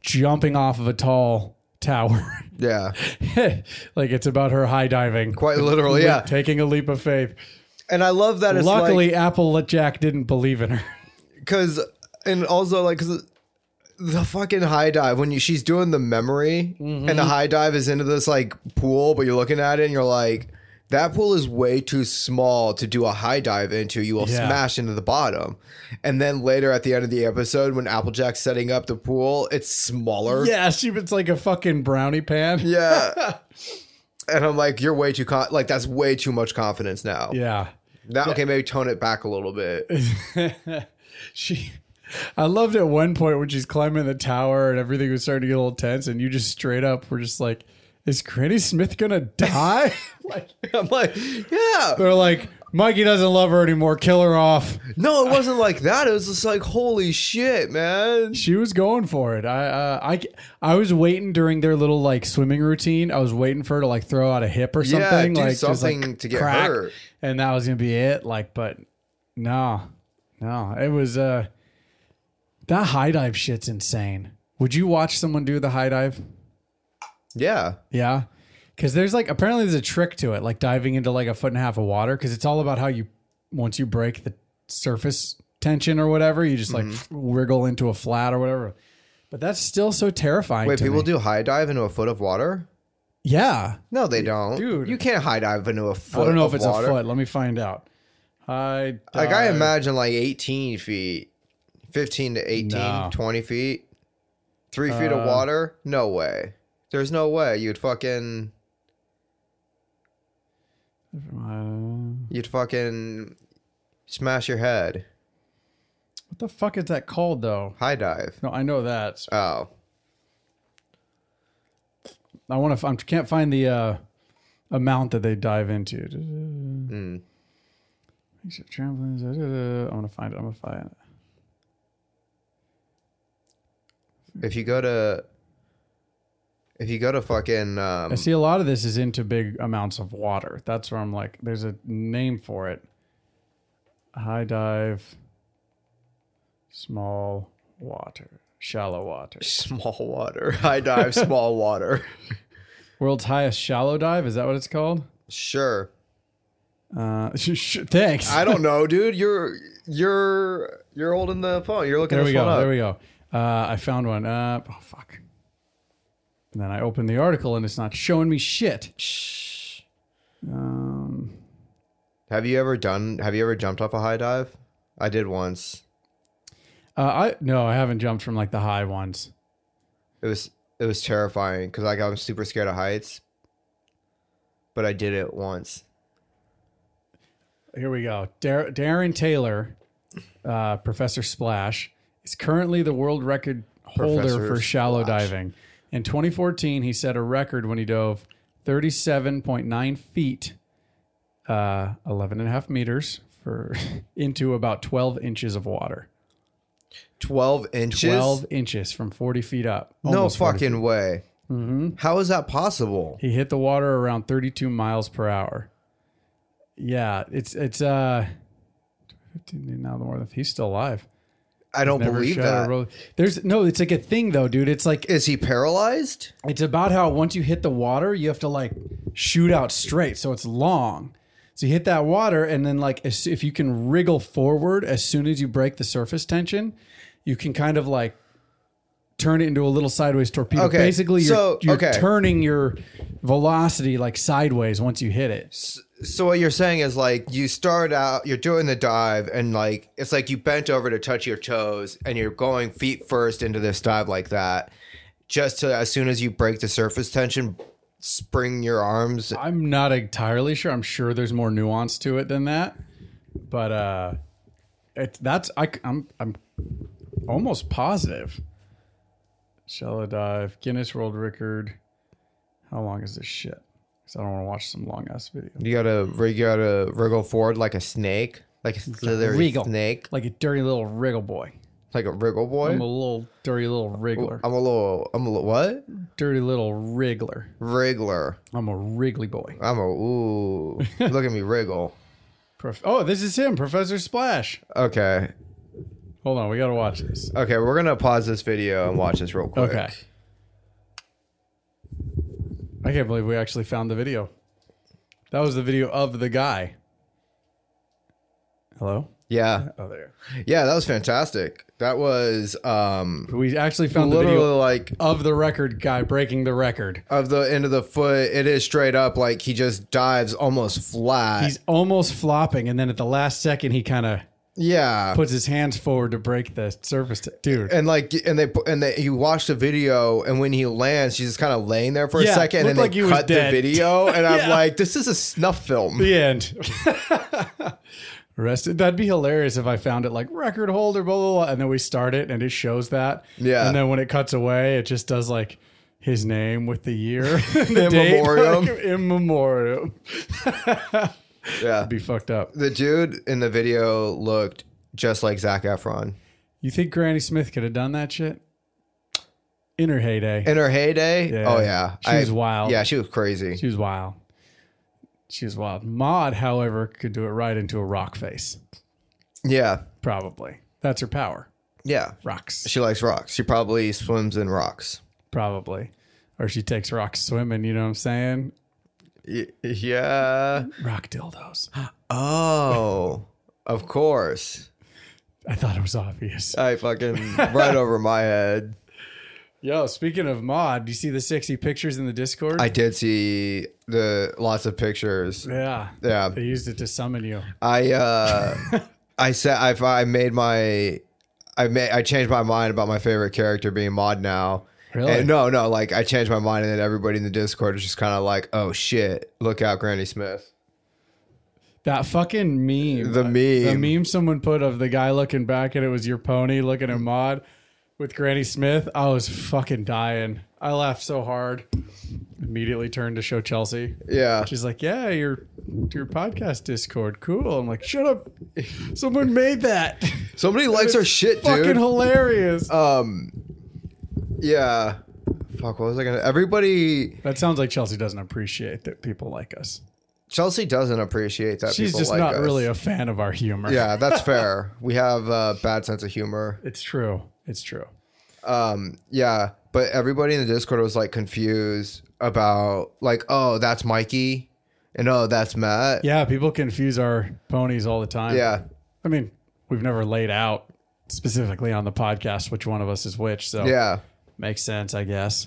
Speaker 2: jumping off of a tall tower.
Speaker 3: yeah.
Speaker 2: like it's about her high diving,
Speaker 3: Quite literally. Yeah.
Speaker 2: taking a leap of faith.
Speaker 3: And I love that. It's like,
Speaker 2: Luckily, Apple Jack didn't believe in her.
Speaker 3: because and also like 'cause the fucking high dive when you, she's doing the memory and the
Speaker 2: Mm-hmm.
Speaker 3: high dive is into this like pool but you're looking at it and you're like that pool is way too small to do a high dive into you will
Speaker 2: Yeah.
Speaker 3: smash into the bottom and then later at the end of the episode when applejack's setting up the pool it's smaller
Speaker 2: yeah, she was like a fucking brownie pan.
Speaker 3: yeah and i'm like you're way too con- like that's way too much confidence now
Speaker 2: yeah.
Speaker 3: that okay maybe tone it back a little bit
Speaker 2: she I loved at one point when she's climbing the tower and everything was starting to get a little tense and you just straight up were just like, Is Granny Smith gonna die? like
Speaker 3: i'm like yeah
Speaker 2: they're like, Mikey doesn't love her anymore, kill her off.
Speaker 3: No, it wasn't like that. It was just like, holy shit, man.
Speaker 2: She was going for it. I uh, I I was waiting during their little like swimming routine. I was waiting for her to like throw out a hip or
Speaker 3: Yeah,
Speaker 2: something,
Speaker 3: do
Speaker 2: like just
Speaker 3: something
Speaker 2: like
Speaker 3: to get
Speaker 2: crack,
Speaker 3: hurt.
Speaker 2: and that was gonna be it. Like, but no, no, it was uh that high dive shit's insane. Would you watch someone do the high dive?
Speaker 3: Yeah.
Speaker 2: Yeah, because there's like apparently there's a trick to it, like diving into like a foot and a half of water, because it's all about how you once you break the surface tension or whatever, you just like
Speaker 3: Mm-hmm.
Speaker 2: wriggle into a flat or whatever. But that's still so terrifying.
Speaker 3: Wait,
Speaker 2: to
Speaker 3: people
Speaker 2: me.
Speaker 3: do high dive into a foot of water?
Speaker 2: yeah.
Speaker 3: No, they don't.
Speaker 2: Dude.
Speaker 3: You can't high dive into a foot.
Speaker 2: I don't know
Speaker 3: of
Speaker 2: if it's
Speaker 3: water.
Speaker 2: a foot. Let me find out. I
Speaker 3: Like, I
Speaker 2: dive-
Speaker 3: imagine like 18 feet, 15 to 18,
Speaker 2: No.
Speaker 3: 20 feet, three feet
Speaker 2: Uh.
Speaker 3: of water. No way. There's no way you'd fucking,
Speaker 2: Uh,
Speaker 3: you'd fucking smash your head.
Speaker 2: what the fuck is that called though?
Speaker 3: High dive.
Speaker 2: No, I know that.
Speaker 3: Oh.
Speaker 2: I want to. I can't find the uh, amount that they dive into.
Speaker 3: Mm.
Speaker 2: Makes it trampolines. I want to find it. I'm gonna find it.
Speaker 3: If you go to, if you go to fucking, um,
Speaker 2: I see a lot of this is into big amounts of water. That's where I'm like, there's a name for it. High dive, small water, shallow water.
Speaker 3: small water. High dive, small water.
Speaker 2: World's highest shallow dive. Is that what it's called?
Speaker 3: Sure.
Speaker 2: Uh, sh- sh- thanks.
Speaker 3: I don't know, dude. You're you're you're holding the phone. You're looking
Speaker 2: there
Speaker 3: at
Speaker 2: we
Speaker 3: this
Speaker 2: go.
Speaker 3: phone up.
Speaker 2: There we go. Uh, I found one. Uh, oh fuck. And then I opened the article and it's not showing me shit. Um,
Speaker 3: Have you ever done have you ever jumped off a high dive? I did once.
Speaker 2: uh, I no, I haven't jumped from like the high ones.
Speaker 3: It was it was terrifying because like I'm super scared of heights, but I did it once.
Speaker 2: Here we go. Dar- Darren Taylor, uh, Professor Splash, is currently the world record holder
Speaker 3: Professor
Speaker 2: for shallow
Speaker 3: Splash.
Speaker 2: diving. In 2014, he set a record when he dove 37.9 feet, uh, 11 and a half meters for into about 12 inches of water.
Speaker 3: Twelve inches.
Speaker 2: 12 inches from 40 feet up.
Speaker 3: No
Speaker 2: Almost Mm-hmm. 40
Speaker 3: fucking way. How is that possible?
Speaker 2: He hit the water around 32 miles per hour. Yeah, it's it's uh 15 now the more than- he's still alive.
Speaker 3: I don't
Speaker 2: Never
Speaker 3: believe
Speaker 2: shot a
Speaker 3: that. Is
Speaker 2: roll- There's no, it's like a thing though, dude. It's like
Speaker 3: he paralyzed?
Speaker 2: it's about how once you hit the water, you have to like shoot out straight, so it's long. So you hit that water, and then like as- if you can wriggle forward as soon as you break the surface tension, you can kind of like turn it into a little sideways torpedo.
Speaker 3: Okay,
Speaker 2: Basically, you're,
Speaker 3: so-
Speaker 2: you're
Speaker 3: okay.
Speaker 2: turning your velocity like sideways once you hit it.
Speaker 3: So what you're saying is like you start out, you're doing the dive, and like it's like you bent over to touch your toes, and you're going feet first into this dive like that, just to as soon as you break the surface tension, spring your arms.
Speaker 2: I'm not entirely sure. I'm sure there's more nuance to it than that, but uh, it, that's I, am I'm almost positive. Shallow dive Guinness World Record. How long is this shit? Because I don't want to watch some long ass video.
Speaker 3: You gotta, you gotta wriggle forward like a snake, like a slithery
Speaker 2: wriggle.
Speaker 3: snake,
Speaker 2: Like a dirty little wriggle boy.
Speaker 3: like a wriggle boy.
Speaker 2: I'm a little dirty little wriggler.
Speaker 3: I'm a little, I'm a little what?
Speaker 2: dirty little wriggler.
Speaker 3: Wriggler.
Speaker 2: I'm a wriggly boy.
Speaker 3: I'm a ooh. Look at me wriggle.
Speaker 2: Prof- oh, this is him, Professor Splash.
Speaker 3: Okay.
Speaker 2: Hold on, we gotta watch this.
Speaker 3: Okay, we're gonna pause this video and watch this real quick.
Speaker 2: Okay. I can't believe we actually found the video. That was the video of the guy. Hello?
Speaker 3: Yeah.
Speaker 2: Oh, there.
Speaker 3: Yeah, that was fantastic. That was um
Speaker 2: We actually found the
Speaker 3: literally
Speaker 2: video
Speaker 3: like
Speaker 2: of the record guy breaking the record.
Speaker 3: of the end of the foot, it is straight up like he just dives almost flat.
Speaker 2: He's almost flopping, and then at the last second, he kind of
Speaker 3: yeah.
Speaker 2: puts his hands forward to break the surface. t- Dude.
Speaker 3: and like and they and they you watch the video and when he lands he's just kind of laying there for
Speaker 2: Yeah,
Speaker 3: a second
Speaker 2: looked
Speaker 3: and then
Speaker 2: like he was
Speaker 3: cut the
Speaker 2: dead.
Speaker 3: video and I'm
Speaker 2: Yeah.
Speaker 3: like this is a snuff film.
Speaker 2: The end. Rest. That'd be hilarious if I found it like record holder, blah blah blah, and then we start it and it shows that.
Speaker 3: Yeah.
Speaker 2: And then when it cuts away, it just does like his name with the year, the
Speaker 3: In
Speaker 2: date,
Speaker 3: memoriam.
Speaker 2: like, in memoriam.
Speaker 3: Yeah.
Speaker 2: Be fucked up.
Speaker 3: The dude in the video looked just like Zach Efron.
Speaker 2: You think Granny Smith could have done that shit? In her heyday,
Speaker 3: In her heyday,
Speaker 2: Yeah.
Speaker 3: oh yeah,
Speaker 2: She was wild.
Speaker 3: Yeah, she was crazy.
Speaker 2: she was wild. She was wild. Maud, however, could do it right into a rock face.
Speaker 3: yeah,
Speaker 2: Probably. That's her power.
Speaker 3: yeah.
Speaker 2: Rocks.
Speaker 3: She likes rocks. She probably swims in rocks.
Speaker 2: probably. Or she takes rock swimming, you know what I'm saying?
Speaker 3: Y- yeah.
Speaker 2: Rock dildos.
Speaker 3: Oh, of course.
Speaker 2: I thought it was obvious.
Speaker 3: I fucking right over my head.
Speaker 2: Yo, speaking of mod, do you see the sexy pictures in the Discord?
Speaker 3: I did see the lots of pictures.
Speaker 2: yeah.
Speaker 3: Yeah.
Speaker 2: They used it to summon you.
Speaker 3: I uh, I said I I made my I made I changed my mind about my favorite character being Mod now.
Speaker 2: Really?
Speaker 3: And no, no, like I changed my mind, and then everybody in the Discord is just kind of like, "Oh shit, look out, Granny Smith."
Speaker 2: That fucking meme.
Speaker 3: The meme.
Speaker 2: The meme someone put of the guy looking back and it was your pony looking at mod with Granny Smith. I was fucking dying. I laughed so hard. Immediately turned to show Chelsea.
Speaker 3: Yeah,
Speaker 2: She's like, "Yeah, your your podcast Discord, cool." I'm like, "Shut up! Someone made that.
Speaker 3: somebody likes our shit,
Speaker 2: Fucking
Speaker 3: dude.
Speaker 2: hilarious."
Speaker 3: um, yeah. Fuck, what was I gonna? Everybody,
Speaker 2: that sounds like Chelsea doesn't appreciate that people like us.
Speaker 3: Chelsea doesn't appreciate that.
Speaker 2: She's
Speaker 3: people
Speaker 2: just
Speaker 3: like
Speaker 2: not
Speaker 3: us.
Speaker 2: really a fan of our humor.
Speaker 3: yeah, that's fair. We have a bad sense of humor.
Speaker 2: it's true. It's true.
Speaker 3: um yeah but everybody in the discord was like confused about like oh that's mikey and oh that's matt
Speaker 2: Yeah, people confuse our ponies all the time.
Speaker 3: yeah
Speaker 2: I mean, we've never laid out specifically on the podcast which one of us is which, so
Speaker 3: yeah
Speaker 2: makes sense, I guess.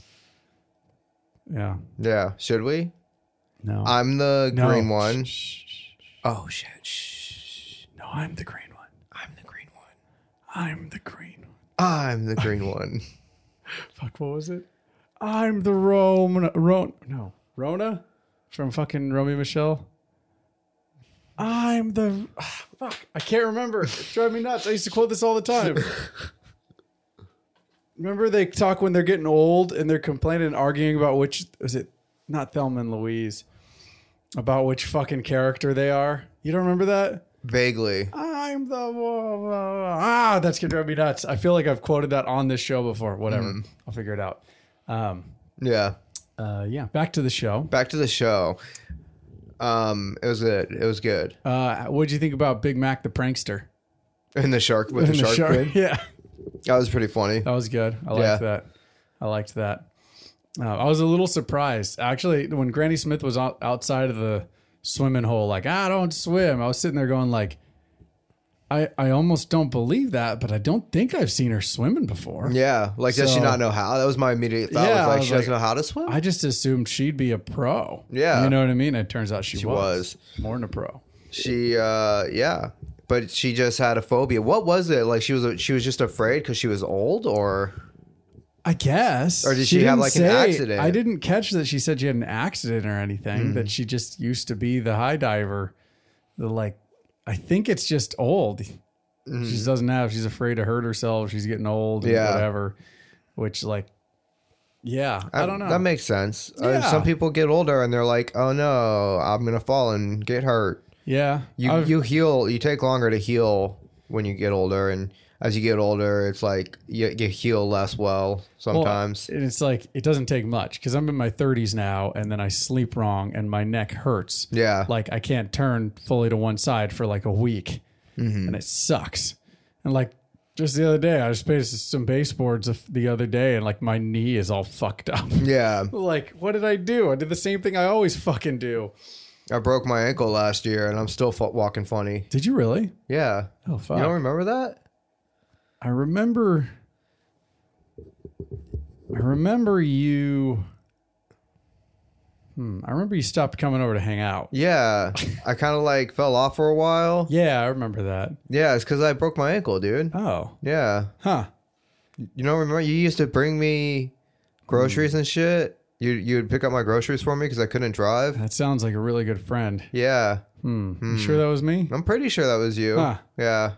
Speaker 2: Yeah.
Speaker 3: yeah should we
Speaker 2: No.
Speaker 3: i'm the
Speaker 2: no.
Speaker 3: green one
Speaker 2: Shh, shh, shh.
Speaker 3: oh shit shh.
Speaker 2: No, I'm the green one.
Speaker 3: i'm the green one
Speaker 2: I'm the green one.
Speaker 3: i'm the green one
Speaker 2: Fuck, what was it? I'm the Rome Ron no Rona from fucking Romeo and Michelle. I'm the ah, fuck. I can't remember. It's driving me nuts. I used to quote this all the time. Remember they talk when they're getting old and they're complaining and arguing about which is it not Thelma and Louise about which fucking character they are. You don't remember that?
Speaker 3: Vaguely.
Speaker 2: I'm the ah. That's gonna drive me nuts. I feel like I've quoted that on this show before. Whatever. I'll figure it out.
Speaker 3: Yeah.
Speaker 2: Uh, yeah. Back to the show.
Speaker 3: Back to the show. Um, it was good. It was good.
Speaker 2: Uh, what did you think about Big Mac the prankster?
Speaker 3: And the shark with the,
Speaker 2: And
Speaker 3: shark, fin.
Speaker 2: Yeah,
Speaker 3: That was pretty funny.
Speaker 2: that was good. I liked
Speaker 3: Yeah.
Speaker 2: that. I liked that. Uh, I was a little surprised actually when Granny Smith was out, outside of the swimming hole, like I don't swim. I was sitting there going like, I I almost don't believe that, but I don't think I've seen her swimming before.
Speaker 3: Yeah. Like, does she
Speaker 2: So-
Speaker 3: not know how? That was my immediate thought.
Speaker 2: Yeah,
Speaker 3: was
Speaker 2: I
Speaker 3: like,
Speaker 2: was
Speaker 3: she doesn't
Speaker 2: like-
Speaker 3: know how to swim?
Speaker 2: I just assumed she'd be a pro.
Speaker 3: Yeah.
Speaker 2: You know what I mean? It turns out she, was.
Speaker 3: was.
Speaker 2: More than a pro.
Speaker 3: she, uh, yeah. But she just had a phobia. What was it? Like, she was she was just afraid because she was old, or
Speaker 2: I guess.
Speaker 3: Or did she have,
Speaker 2: didn't
Speaker 3: like, an accident? Hmm.
Speaker 2: I didn't catch that she said she had an accident or anything, that she just used to be the high diver. The like, I think it's just old. She just doesn't have, she's afraid to hurt herself. She's getting old and
Speaker 3: Hmm. Yeah.
Speaker 2: whatever, which, like, yeah, I, don't know.
Speaker 3: Um, That makes sense. Uh,
Speaker 2: Yeah.
Speaker 3: some people get older and they're like, oh no, I'm gonna fall and get hurt.
Speaker 2: yeah.
Speaker 3: You
Speaker 2: I've-
Speaker 3: you heal. You take longer to heal when you get older, and as you get older, it's like you, you heal less well
Speaker 2: Well,
Speaker 3: sometimes.
Speaker 2: and it's like it doesn't take much because I'm in my 30s now, and then I sleep wrong, and my neck hurts.
Speaker 3: Yeah.
Speaker 2: like I can't turn fully to one side for like a week, and it sucks. And like just the other day, I was playing some baseboards of- the other day, and like my knee is all fucked up.
Speaker 3: yeah,
Speaker 2: like, what did I do? I did the same thing I always fucking do.
Speaker 3: I broke my ankle last year, and I'm still fu- walking funny.
Speaker 2: Did you really?
Speaker 3: Yeah,
Speaker 2: Oh fuck!
Speaker 3: you don't remember that?
Speaker 2: I remember. I remember you. Hmm. I remember you stopped coming over to hang out.
Speaker 3: Yeah, I kind of like fell off for a while.
Speaker 2: Yeah, I remember that.
Speaker 3: Yeah, it's because I broke my ankle, dude.
Speaker 2: Oh,
Speaker 3: Yeah,
Speaker 2: huh.
Speaker 3: you know, remember you used to bring me
Speaker 2: Mm.
Speaker 3: groceries and shit. You you would pick up my groceries for me because I couldn't drive.
Speaker 2: That sounds like a really good friend.
Speaker 3: Yeah,
Speaker 2: You sure that was me?
Speaker 3: I'm pretty sure that was you.
Speaker 2: Huh.
Speaker 3: Yeah,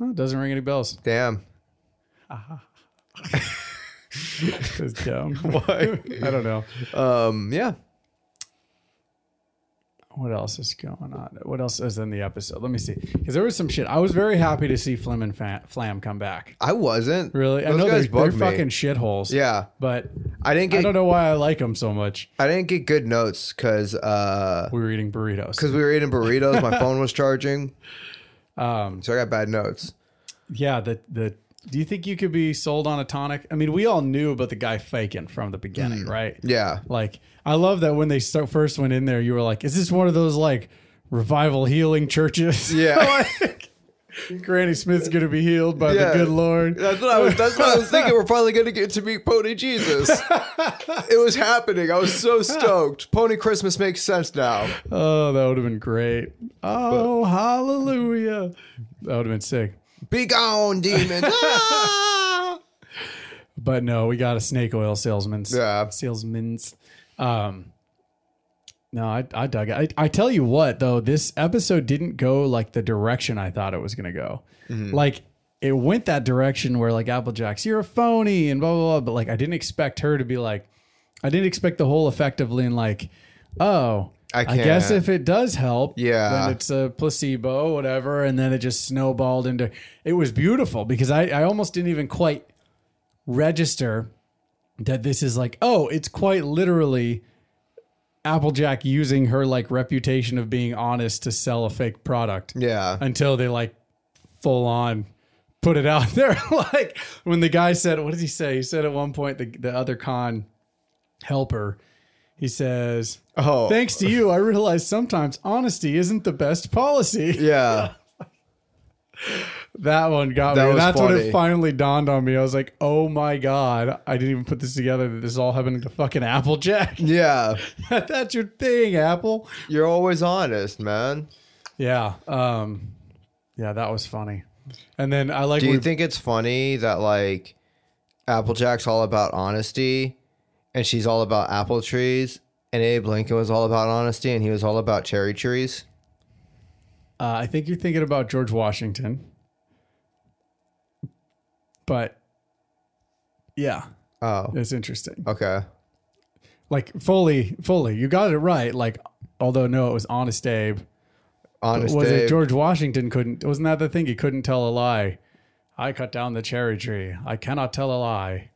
Speaker 2: Oh, doesn't ring any bells.
Speaker 3: damn.
Speaker 2: That's dumb. Why? I don't know.
Speaker 3: Um, yeah.
Speaker 2: What else is going on? What else is in the episode? Let me see. Because there was some shit. I was very happy to see Flim and Fa- Flam come back.
Speaker 3: I wasn't
Speaker 2: Really?
Speaker 3: Those
Speaker 2: I know
Speaker 3: guys
Speaker 2: they're, they're
Speaker 3: bugged me.
Speaker 2: fucking shitholes.
Speaker 3: Yeah,
Speaker 2: But
Speaker 3: I didn't
Speaker 2: I
Speaker 3: get
Speaker 2: don't
Speaker 3: I,
Speaker 2: know why I like them so much.
Speaker 3: didn't get good notes because
Speaker 2: We were eating burritos.
Speaker 3: we were eating burritos. my phone was charging, um, so I got bad notes.
Speaker 2: Yeah, the the do you think you could be sold on a tonic? I mean, we all knew about the guy faking from the beginning, right?
Speaker 3: Mm. Yeah,
Speaker 2: Like I love that when they start, first went in there, you were like, is this one of those like revival healing churches?
Speaker 3: yeah.
Speaker 2: Like, Granny Smith's going to be healed by
Speaker 3: Yeah.
Speaker 2: the good Lord.
Speaker 3: That's what I was. That's what I was thinking. We're finally gonna get to meet Pony Jesus. it was happening. I was so stoked. Pony Christmas makes sense now.
Speaker 2: Oh, that would have been great. Oh, hallelujah. That would have been sick.
Speaker 3: Be gone, demons. Ah!
Speaker 2: But no, we got a snake oil salesman's.
Speaker 3: Yeah.
Speaker 2: Salesman's. Um, no, I, I dug it. I, I tell you what, though, this episode didn't go like the direction I thought it was going to go.
Speaker 3: Mm-hmm.
Speaker 2: Like, it went that direction where, like, Applejack's, you're a phony and blah, blah, blah. But, like, I didn't expect her to be like, I didn't expect the whole effectively and, like, oh,
Speaker 3: I
Speaker 2: guess
Speaker 3: can't.
Speaker 2: if it does help,
Speaker 3: Yeah.
Speaker 2: then it's a placebo, whatever. And then it just snowballed into, it was beautiful because I, I almost didn't even quite register that this is like, oh, it's quite literally Applejack using her like reputation of being honest to sell a fake product
Speaker 3: yeah.
Speaker 2: until they like full on put it out there. like when the guy said, what did he say? He said at one point, the, the other con helper, he says,
Speaker 3: Oh.
Speaker 2: Thanks to you, I realize sometimes honesty isn't the best policy.
Speaker 3: yeah.
Speaker 2: That one got
Speaker 3: That
Speaker 2: me.
Speaker 3: was
Speaker 2: That's when
Speaker 3: funny.
Speaker 2: it finally dawned on me. I was like, oh my God, I didn't even put this together that this all happened to fucking Applejack.
Speaker 3: Yeah.
Speaker 2: That's your thing, Apple.
Speaker 3: You're always honest, man.
Speaker 2: Yeah. Um, yeah, that was funny. And then I like
Speaker 3: Do you
Speaker 2: when-
Speaker 3: think it's funny that like Applejack's all about honesty, and she's all about apple trees. And Abe Lincoln was all about honesty, and he was all about cherry trees.
Speaker 2: Uh, I think you're thinking about George Washington. But yeah,
Speaker 3: Oh,
Speaker 2: it's interesting.
Speaker 3: okay.
Speaker 2: Like fully, fully, you got it right. Like, although no, it was Honest Abe.
Speaker 3: Honest
Speaker 2: was
Speaker 3: Abe.
Speaker 2: it George Washington couldn't? Wasn't that the thing? He couldn't tell a lie. I cut down the cherry tree. I cannot tell a lie.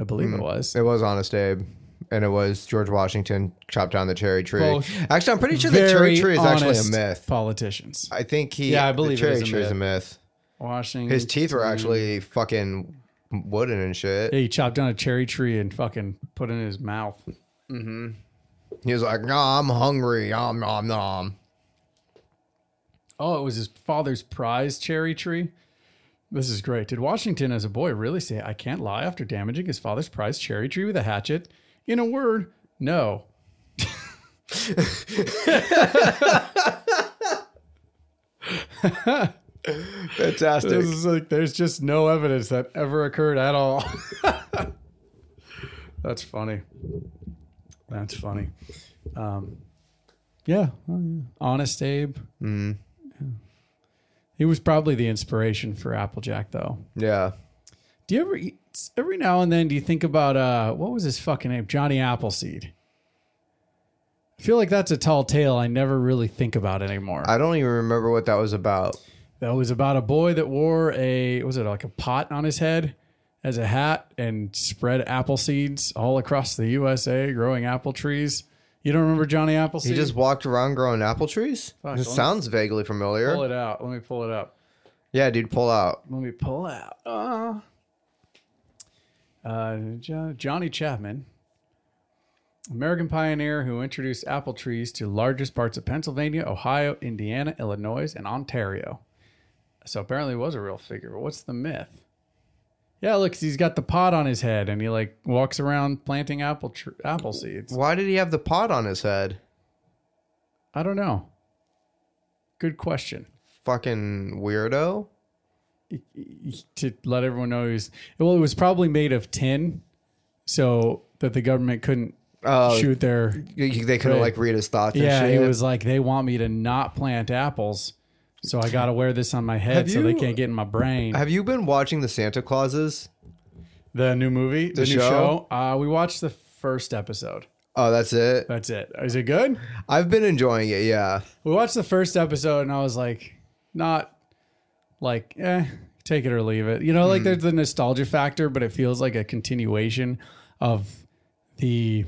Speaker 2: I believe it was.
Speaker 3: Hmm. It was Honest Abe, and it was George Washington chopped down the cherry tree.
Speaker 2: Well,
Speaker 3: actually, I'm pretty sure the cherry tree is actually a
Speaker 2: honest
Speaker 3: myth.
Speaker 2: Politicians.
Speaker 3: I think he.
Speaker 2: Yeah, I believe it
Speaker 3: the cherry
Speaker 2: is a
Speaker 3: tree is a myth.
Speaker 2: Washington.
Speaker 3: His teeth were actually fucking wooden and shit.
Speaker 2: Yeah, he chopped down a cherry tree and fucking put it in his mouth.
Speaker 3: He was like, "Nah, I'm hungry. Om nom nom."
Speaker 2: Oh, it was his father's prize cherry tree. This is great. Did Washington as a boy really say, I can't lie after damaging his father's prize cherry tree with a hatchet? In a word, no.
Speaker 3: Fantastic.
Speaker 2: This is like, there's just no evidence that ever occurred at all. That's funny. That's funny. Um, yeah. Oh, yeah. Honest Abe. Yeah. He was probably the inspiration for Applejack, though.
Speaker 3: yeah.
Speaker 2: Do you ever e, every now and then do you think about uh what was his fucking name? Johnny Appleseed. I feel like that's a tall tale I never really think about anymore.
Speaker 3: I don't even remember what that was about.
Speaker 2: that was about a boy that wore a was it like a pot on his head as a hat and spread apple seeds all across the USA growing apple trees. You don't remember Johnny Appleseed?
Speaker 3: He just walked around growing apple trees.
Speaker 2: Fuck,
Speaker 3: it
Speaker 2: don't-
Speaker 3: sounds vaguely familiar.
Speaker 2: pull it out. Let me pull it up.
Speaker 3: Yeah, dude, pull out.
Speaker 2: Let me pull out. Uh, uh, Jo- Johnny Chapman, American pioneer who introduced apple trees to largest parts of Pennsylvania, Ohio, Indiana, Illinois, and Ontario. So apparently, he was a real figure. But what's the myth? Yeah, look, he's got the pot on his head, and he like walks around planting apple tr- apple seeds.
Speaker 3: Why did he have the pot on his head?
Speaker 2: I don't know. Good question.
Speaker 3: Fucking weirdo.
Speaker 2: to let everyone know he's well it was probably made of tin so that the government couldn't
Speaker 3: Oh,
Speaker 2: shoot their
Speaker 3: They couldn't
Speaker 2: Right.
Speaker 3: like read his thoughts. And
Speaker 2: yeah he
Speaker 3: shit.
Speaker 2: was like they want me to not plant apples so i gotta wear this on my head
Speaker 3: Have
Speaker 2: so they
Speaker 3: you-
Speaker 2: can't get in my brain
Speaker 3: Have you been watching the Santa Clauses?
Speaker 2: the new movie the, new
Speaker 3: show?
Speaker 2: show, Uh, we watched the first episode
Speaker 3: Oh, that's it.
Speaker 2: that's it is it good
Speaker 3: I've been enjoying it. Yeah,
Speaker 2: we watched the first episode and i was like not like eh take it or leave it you know
Speaker 3: Hmm.
Speaker 2: like there's the nostalgia factor but it feels like a continuation of the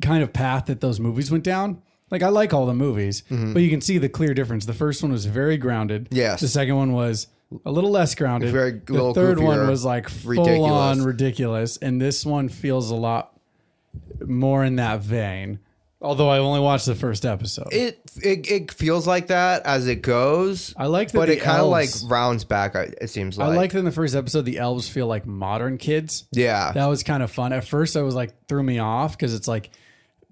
Speaker 2: kind of path that those movies went down like i like all the movies but you can see the clear difference the first one was very grounded
Speaker 3: Mm-hmm. Yes.
Speaker 2: the second one was a little less grounded
Speaker 3: Very
Speaker 2: the
Speaker 3: little
Speaker 2: third one
Speaker 3: goofier,
Speaker 2: was like full
Speaker 3: ridiculous.
Speaker 2: on ridiculous and this one feels a lot more in that vein although i only watched the first episode
Speaker 3: it it, it feels like that as it goes.
Speaker 2: I like that
Speaker 3: but
Speaker 2: the
Speaker 3: it kind of like
Speaker 2: elves-
Speaker 3: rounds back. I- It seems
Speaker 2: I
Speaker 3: like.
Speaker 2: liked in the first episode the elves feel like modern kids.
Speaker 3: Yeah,
Speaker 2: That was kind of fun. At first, I was like threw me off because it's like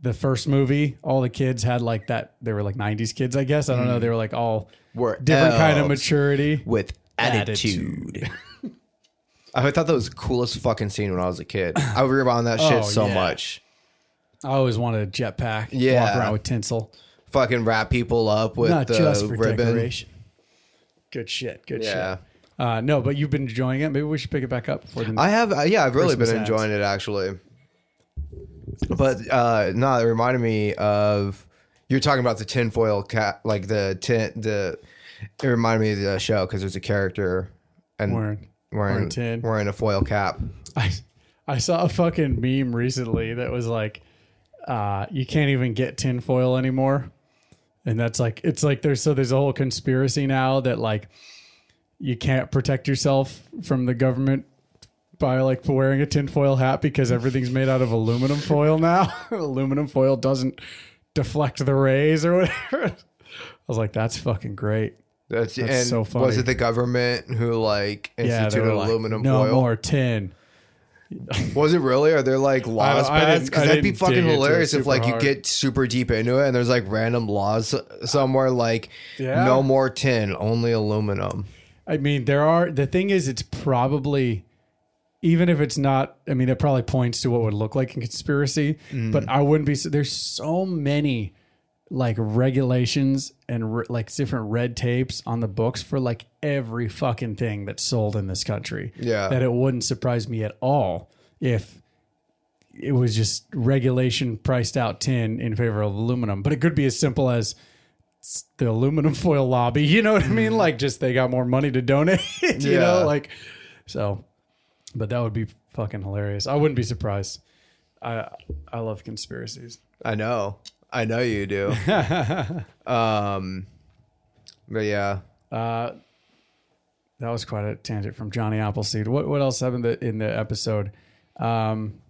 Speaker 2: the first movie, all the kids had like that. They were like '90s kids, I guess. I don't know. They were like all
Speaker 3: Mm. Were
Speaker 2: different kind of
Speaker 3: elves
Speaker 2: maturity.
Speaker 3: with
Speaker 2: Attitude.
Speaker 3: attitude. I thought that was the coolest fucking scene when I was a kid. I rewound that
Speaker 2: Oh,
Speaker 3: shit so
Speaker 2: yeah.
Speaker 3: much.
Speaker 2: I always wanted a jetpack.
Speaker 3: Yeah.
Speaker 2: walk around with tinsel,
Speaker 3: Fucking wrap people up with
Speaker 2: not
Speaker 3: the
Speaker 2: just for
Speaker 3: ribbon.
Speaker 2: decoration. Good shit. Good
Speaker 3: Yeah.
Speaker 2: shit. Uh, no, but you've been enjoying it. Maybe we should pick it back up for the.
Speaker 3: I have, uh, yeah, I've really
Speaker 2: Christmas
Speaker 3: been
Speaker 2: ads.
Speaker 3: enjoying it actually. But uh no, it reminded me of you're talking about the tinfoil cat, like the tin, the. It reminded me of the show because there's a character and
Speaker 2: Wearing-
Speaker 3: wearing
Speaker 2: wearing tin.
Speaker 3: wearing a foil cap.
Speaker 2: I I saw a fucking meme recently that was like, uh, you can't even get tinfoil anymore. And that's like it's like there's so there's a whole conspiracy now that like you can't protect yourself from the government by like wearing a tinfoil hat because everything's made out of aluminum foil now. aluminum foil doesn't deflect the rays or whatever. I was like, that's fucking great.
Speaker 3: That's, and
Speaker 2: That's so
Speaker 3: was
Speaker 2: funny.
Speaker 3: it the government who like
Speaker 2: Yeah, they
Speaker 3: instituted
Speaker 2: were like,
Speaker 3: aluminum
Speaker 2: no
Speaker 3: foil?
Speaker 2: more tin.
Speaker 3: Was it really? Are there like laws
Speaker 2: I
Speaker 3: passed?
Speaker 2: didn't-
Speaker 3: Because
Speaker 2: I
Speaker 3: that'd be
Speaker 2: didn't
Speaker 3: fucking
Speaker 2: dig into it
Speaker 3: hilarious if
Speaker 2: super
Speaker 3: like you
Speaker 2: hard.
Speaker 3: get super deep into it and there's like random laws somewhere like
Speaker 2: Yeah.
Speaker 3: no more tin, only aluminum.
Speaker 2: I mean, there are the thing is, it's probably even if it's not, I mean, it probably points to what would look like a conspiracy, but I wouldn't be. su- There's so many like regulations and re- like different red tapes on the books for like every fucking thing that's sold in this country.
Speaker 3: Yeah.
Speaker 2: That it wouldn't surprise me at all if it was just regulation priced out tin in favor of aluminum. But it could be as simple as s- the aluminum foil lobby. You know what I mean? Like just they got more money to donate. you
Speaker 3: Yeah.
Speaker 2: know, like so. But that would be fucking hilarious. I wouldn't be surprised. I I love conspiracies.
Speaker 3: I know. I know you do. um, but yeah,
Speaker 2: That was quite a tangent from Johnny Appleseed. What what else happened in the, in the episode? Um,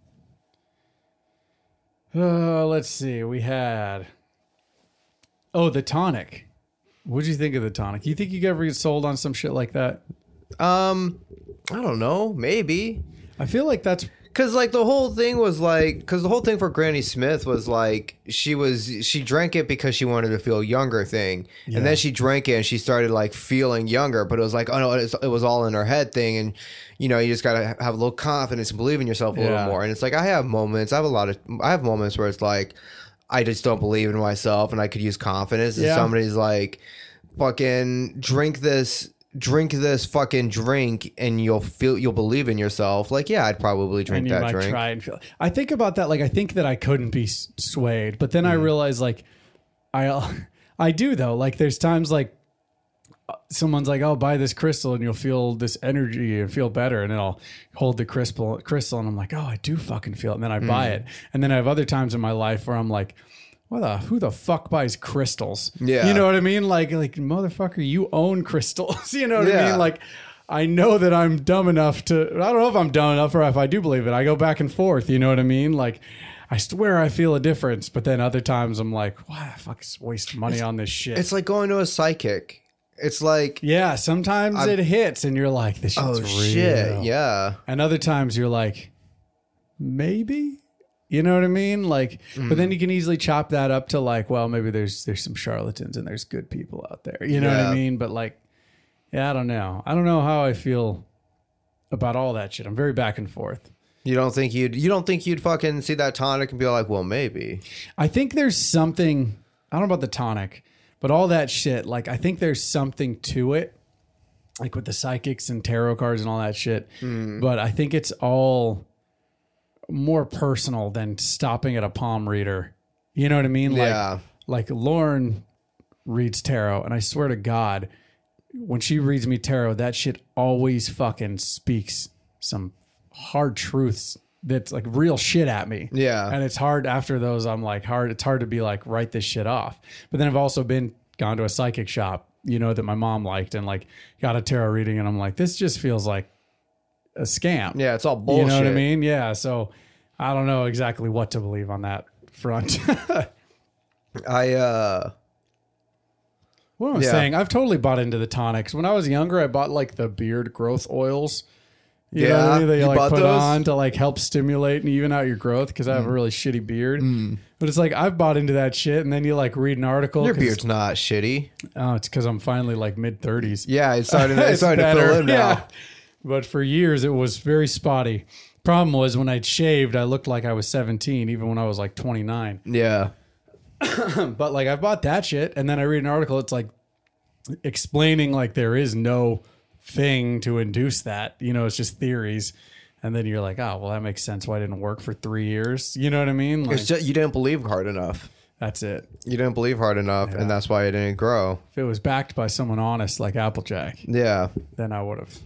Speaker 2: uh, let's see. We had oh the tonic. What do you think of the tonic? You think you ever get sold on some shit like that?
Speaker 3: um, I don't know. Maybe
Speaker 2: I feel like that's
Speaker 3: because like the whole thing was like because the whole thing for Granny Smith was like she was she drank it because she wanted to feel younger thing, and
Speaker 2: Yeah.
Speaker 3: then she drank it and she started like feeling younger. But it was like oh no, it's, it was all in her head thing, and you know you just gotta have a little confidence and believe in yourself a little
Speaker 2: Yeah.
Speaker 3: more. And it's like I have moments, I have a lot of I have moments where it's like I just don't believe in myself, and I could use confidence. And
Speaker 2: Yeah.
Speaker 3: somebody's like fucking drink this drink this fucking drink and you'll feel you'll believe in yourself like yeah i'd probably drink
Speaker 2: and you
Speaker 3: that
Speaker 2: might
Speaker 3: drink
Speaker 2: try and feel. I think about that. Like I think that I couldn't be s- swayed, but then
Speaker 3: Mm.
Speaker 2: I realize like I uh, I do though. Like there's times like uh, someone's like, "Oh, buy this crystal and you'll feel this energy and feel better," and then I'll hold the crystal crystal and I'm like, "Oh, I do fucking feel it," and then I
Speaker 3: Mm.
Speaker 2: buy it. And then I have other times in my life where I'm like. What the, who the fuck buys crystals?
Speaker 3: Yeah.
Speaker 2: You know what I mean? Like, like motherfucker, you own crystals. you know what I
Speaker 3: Yeah.
Speaker 2: mean? Like, like I know that I'm dumb enough to I don't know if I'm dumb enough or if I do believe it. I go back and forth, you know what I mean? Like I swear I feel a difference, but then other times I'm like, why the fuck is waste money on this shit?
Speaker 3: It's like going to a psychic. It's like,
Speaker 2: yeah, sometimes it hits and you're like, this shit's
Speaker 3: oh
Speaker 2: real.
Speaker 3: shit, yeah,
Speaker 2: And other times you're like, maybe? You know what I mean? Like, but then you can easily chop that up to like, well, maybe there's there's some charlatans and there's good people out there. You know what I
Speaker 3: Yeah.
Speaker 2: mean? But like, yeah, I don't know. I don't know how I feel about all that shit. I'm very back and forth.
Speaker 3: you don't think you'd you don't think you'd fucking see that tonic and be like, well, maybe,
Speaker 2: I think there's something I don't know about the tonic, but all that shit, like I think there's something to it. Like with the psychics and tarot cards and all that shit. But I think it's all more personal than stopping at a palm reader. You know what I mean?
Speaker 3: Yeah.
Speaker 2: Like like Lauren reads tarot and I swear to God, when she reads me tarot, that shit always fucking speaks some hard truths that's like real shit at me.
Speaker 3: Yeah.
Speaker 2: And it's hard after those, I'm like, hard, it's hard to be like, write this shit off. But then I've also been gone to a psychic shop, you know, that my mom liked and like got a tarot reading. And I'm like, this just feels like a scam.
Speaker 3: yeah, it's all bullshit.
Speaker 2: You know what I mean? Yeah. So I don't know exactly what to believe on that front.
Speaker 3: I uh,
Speaker 2: What I'm
Speaker 3: Yeah.
Speaker 2: saying, I've totally bought into the tonics. When I was younger, I bought like the beard growth oils. You know what
Speaker 3: Yeah,
Speaker 2: I mean? They
Speaker 3: you
Speaker 2: like
Speaker 3: bought
Speaker 2: put
Speaker 3: those? Mm.
Speaker 2: on to like help stimulate and even out your growth because I have a really shitty beard. But it's like I've bought into that shit, and then you like read an article.
Speaker 3: your
Speaker 2: 'cause-
Speaker 3: beard's not shitty.
Speaker 2: Oh, it's because I'm finally like mid thirties.
Speaker 3: Yeah, it's starting. to- it's
Speaker 2: It's
Speaker 3: starting to
Speaker 2: better.
Speaker 3: fill in now.
Speaker 2: Yeah. But for years, it was very spotty. Problem was when I shaved, I looked like I was 17, even when I was like 29
Speaker 3: Yeah,
Speaker 2: but like I've bought that shit, and then I read an article. It's like explaining like there is no thing to induce that. You know, it's just theories. And then you're like, oh, well, that makes sense. Why it didn't work for three years? You know what I mean? Like,
Speaker 3: it's just you didn't believe hard enough.
Speaker 2: that's it.
Speaker 3: You didn't believe hard enough, and that's why it didn't grow.
Speaker 2: If it was backed by someone honest like Applejack,
Speaker 3: Yeah.
Speaker 2: then I would have,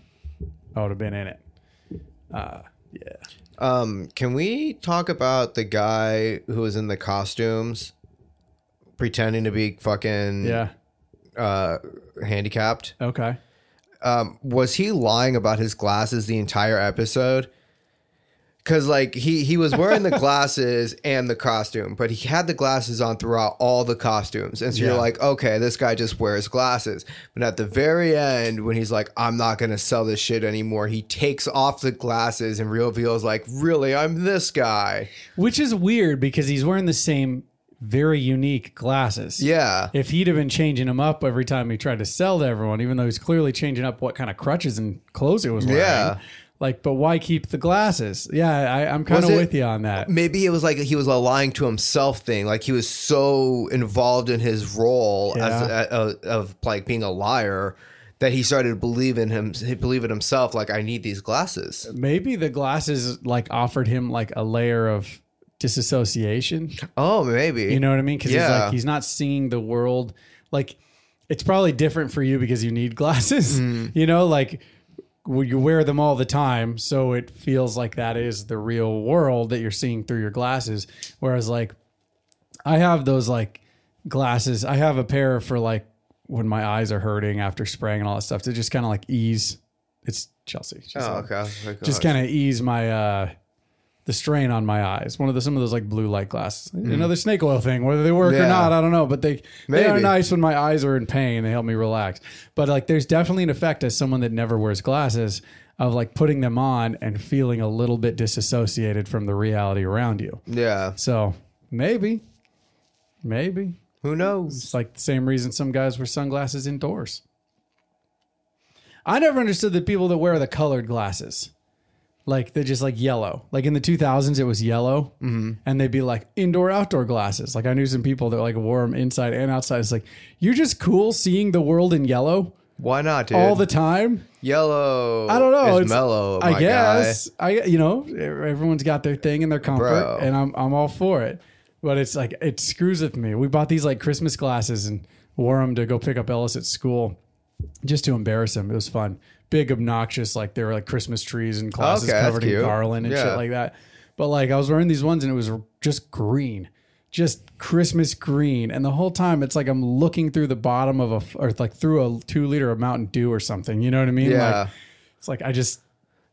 Speaker 2: I would have been in it.
Speaker 3: Um, can we talk about the guy who was in the costumes, pretending to be fucking
Speaker 2: Yeah.
Speaker 3: uh, handicapped?
Speaker 2: Okay.
Speaker 3: was he lying about his glasses the entire episode? Cause like he he was wearing the glasses and the costume, but he had the glasses on throughout all the costumes, and so
Speaker 2: Yeah.
Speaker 3: you're like, okay, this guy just wears glasses. But at the very end, when he's like, I'm not gonna sell this shit anymore, he takes off the glasses and reveals like, really, I'm this guy.
Speaker 2: Which is weird because he's wearing the same very unique glasses.
Speaker 3: Yeah,
Speaker 2: if he'd have been changing them up every time he tried to sell to everyone, even though he's clearly changing up what kind of crutches and clothes he was wearing.
Speaker 3: Yeah.
Speaker 2: Like, but why keep the glasses? Yeah, I, I'm kind of
Speaker 3: Was it-
Speaker 2: with you on that.
Speaker 3: Maybe it was like he was a lying to himself thing. Like he was so involved in his role as
Speaker 2: Yeah.
Speaker 3: uh, of like being a liar that he started believing him. He believed in himself. Like I need these glasses.
Speaker 2: Maybe the glasses like offered him like a layer of disassociation.
Speaker 3: Oh, maybe
Speaker 2: You know what I mean? Because he's
Speaker 3: Yeah.
Speaker 2: like he's not seeing the world. Like it's probably different for you because you need glasses. You know, like well, you wear them all the time, so it feels like that is the real world that you're seeing through your glasses. Whereas like I have those like glasses. I have a pair for like when my eyes are hurting after spraying and all that stuff to just kind of like ease. It's Chelsea. She's
Speaker 3: Oh,
Speaker 2: like-
Speaker 3: okay. I was like,
Speaker 2: just
Speaker 3: oh,
Speaker 2: kind of ease my uh the strain on my eyes. One of the some of those like blue light glasses. Another snake oil thing. Whether they work or
Speaker 3: Mm. Yeah.
Speaker 2: not, I don't know. But they they are
Speaker 3: Maybe.
Speaker 2: nice when my eyes are in pain. They help me relax. But like, there's definitely an effect as someone that never wears glasses of like putting them on and feeling a little bit disassociated from the reality around you.
Speaker 3: Yeah.
Speaker 2: So maybe, maybe
Speaker 3: Who knows?
Speaker 2: it's like the same reason some guys wear sunglasses indoors. I never understood the people that wear the colored glasses. Like they're just like yellow. Like in the 2000s, it was yellow. And they'd be like indoor outdoor glasses. Like I knew some people that like wore them inside and outside. It's like, you're just cool seeing the world in yellow
Speaker 3: Why not, dude?
Speaker 2: all the time.
Speaker 3: yellow.
Speaker 2: I don't know.
Speaker 3: Is mellow.
Speaker 2: I
Speaker 3: my
Speaker 2: guess. I you know everyone's got their thing and their comfort,
Speaker 3: Bro.
Speaker 2: and I'm I'm all for it. But it's like it screws with me. We bought these like Christmas glasses and wore them to go pick up Ellis at school, just to embarrass him. It was fun. Big obnoxious like they were like Christmas trees and classes
Speaker 3: Okay, that's
Speaker 2: covered in
Speaker 3: cute.
Speaker 2: garland and
Speaker 3: Yeah.
Speaker 2: shit like that. But like I was wearing these ones and it was just green. Just Christmas green, and the whole time it's like I'm looking through the bottom of a, f- or like through a two liter of Mountain Dew or something. You know what I mean?
Speaker 3: Yeah.
Speaker 2: Like, it's like I just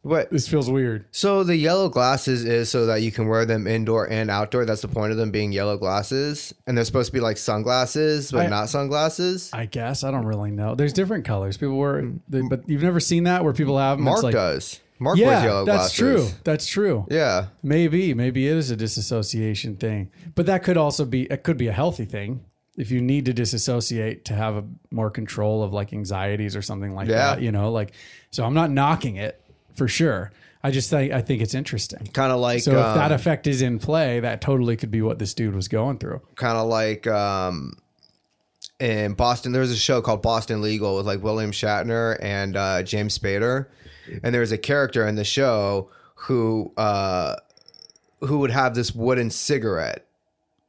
Speaker 3: What?
Speaker 2: this feels weird.
Speaker 3: So the yellow glasses is so that you can wear them indoor and outdoor. That's the point of them being yellow glasses, and they're supposed to be like sunglasses, but
Speaker 2: I-
Speaker 3: not sunglasses.
Speaker 2: I guess I don't really know. There's different colors. People wear, they, but you've never seen that where people have them.
Speaker 3: Mm-hmm. Mark
Speaker 2: it's like,
Speaker 3: does. Mark wears
Speaker 2: Yeah,
Speaker 3: yellow
Speaker 2: that's true.
Speaker 3: glasses.
Speaker 2: That's true.
Speaker 3: Yeah.
Speaker 2: Maybe, maybe it is a disassociation thing, but that could also be it could be a healthy thing if you need to disassociate to have a more control of like anxieties or something like
Speaker 3: Yeah.
Speaker 2: that. You know, like so. I'm not knocking it for sure. I just think I think it's interesting.
Speaker 3: Kind of like
Speaker 2: So if that
Speaker 3: um,
Speaker 2: effect is in play, that totally could be what this dude was going through.
Speaker 3: kind of like um in Boston there was a show called Boston Legal with like William Shatner and uh James Spader and there was a character in the show who uh who would have this wooden cigarette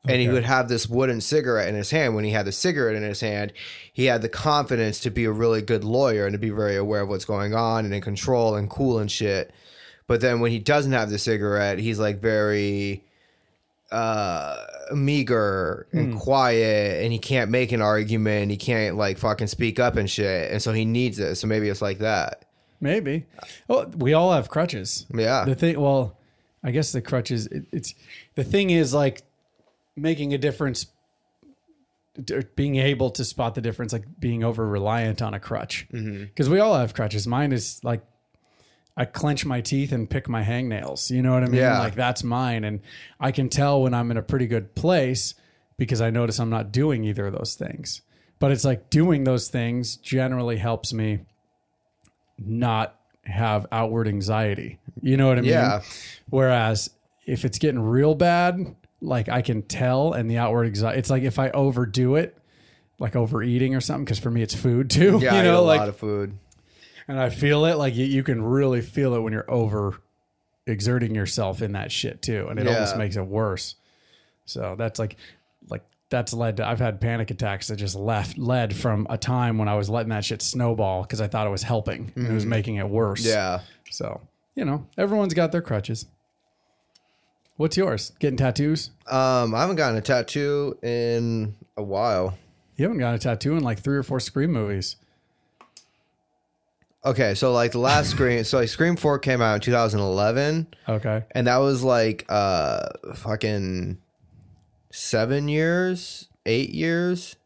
Speaker 3: and he would have this wooden cigarette in his hand when he had the cigarette in his hand he had the confidence to be a really good lawyer and to be very aware of what's going on and in control and cool and shit but then when he doesn't have the cigarette he's like very uh meager
Speaker 2: Hmm.
Speaker 3: and quiet and he can't make an argument he can't like fucking speak up and shit and so he needs it so maybe it's like that
Speaker 2: Maybe. Well, we all have crutches.
Speaker 3: Yeah.
Speaker 2: The thing, well, I guess the crutches. It, it's the thing is like making a difference, d- being able to spot the difference, like being over reliant on a crutch. Because
Speaker 3: Mm-hmm.
Speaker 2: we all have crutches. Mine is like I clench my teeth and pick my hangnails. You know what I mean?
Speaker 3: Yeah.
Speaker 2: Like that's mine, and I can tell when I'm in a pretty good place because I notice I'm not doing either of those things. But it's like doing those things generally helps me not have outward anxiety. You know what I mean?
Speaker 3: Yeah.
Speaker 2: Whereas if it's getting real bad, like I can tell, and the outward anxiety, it's like if I overdo it, like overeating or something, because for me it's food too.
Speaker 3: yeah
Speaker 2: you
Speaker 3: I eat
Speaker 2: know,
Speaker 3: a
Speaker 2: like
Speaker 3: lot of food
Speaker 2: and I feel it. Like you, you can really feel it when you're over exerting yourself in that shit too, and it
Speaker 3: Yeah.
Speaker 2: almost makes it worse. So that's like, like that's led to. I've had panic attacks that just left led from a time when I was letting that shit snowball because I thought it was helping and it was making it worse.
Speaker 3: Mm-hmm. yeah
Speaker 2: So you know, everyone's got their crutches. What's yours? Getting tattoos?
Speaker 3: um i haven't gotten a tattoo in a while
Speaker 2: You haven't got a tattoo in like three or four Scream movies.
Speaker 3: okay so like the last scream so like scream 4 came out in 2011
Speaker 2: Okay.
Speaker 3: and that was like uh fucking seven years eight years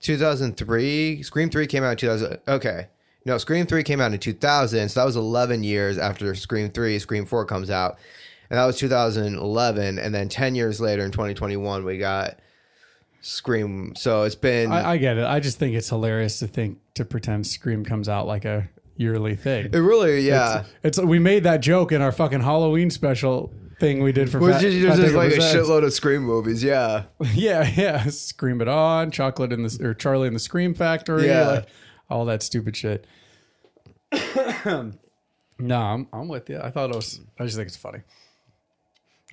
Speaker 3: 2003 scream 3 came out in 2000 okay no scream 3 came out in 2000 so that was 11 years after scream 3 scream 4 comes out and that was 2011 and then 10 years later in 2021 we got scream so it's been
Speaker 2: I, I get it. I just think it's hilarious to think to pretend Scream comes out like a yearly thing.
Speaker 3: It really, yeah.
Speaker 2: It's, it's- we made that joke in our fucking Halloween special thing we did for
Speaker 3: Which
Speaker 2: Fat-
Speaker 3: is just,
Speaker 2: Fat Dick
Speaker 3: like a
Speaker 2: Rosette.
Speaker 3: shitload of Scream movies, yeah.
Speaker 2: Yeah, yeah. Scream it on, chocolate in the or Charlie in the Scream Factory,
Speaker 3: Yeah.
Speaker 2: like, all that stupid shit. no, I'm I'm with you. I thought it was. I just think it's funny.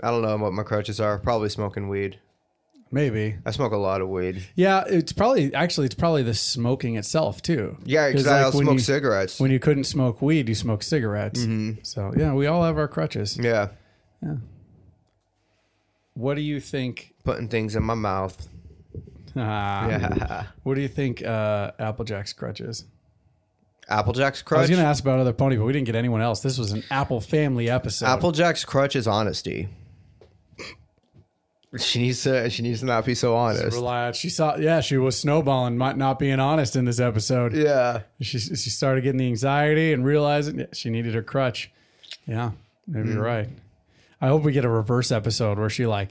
Speaker 3: I don't know what my crutches are. Probably smoking weed.
Speaker 2: Maybe.
Speaker 3: I smoke a lot of weed.
Speaker 2: Yeah, it's probably actually it's probably the smoking itself too.
Speaker 3: Yeah, because
Speaker 2: like,
Speaker 3: I don't
Speaker 2: when
Speaker 3: smoke
Speaker 2: you-
Speaker 3: cigarettes.
Speaker 2: When you couldn't smoke weed, you smoked cigarettes. So yeah, we all have our crutches.
Speaker 3: Mm-hmm. yeah,
Speaker 2: What do you think?
Speaker 3: putting things in my mouth.
Speaker 2: ah,
Speaker 3: Yeah.
Speaker 2: What do you think? Uh, Applejack's crutches.
Speaker 3: Applejack's
Speaker 2: I
Speaker 3: crutch.
Speaker 2: was going to ask about other pony, but we didn't get anyone else. This was an Apple family episode.
Speaker 3: Applejack's crutch is honesty. She needs to. She needs to not be so honest.
Speaker 2: Rely on- She saw, yeah, she was snowballing, might not being honest in this episode.
Speaker 3: Yeah.
Speaker 2: She she started getting the anxiety and realizing yeah, she needed her crutch. Yeah, maybe you're right. I hope we get a reverse episode where she like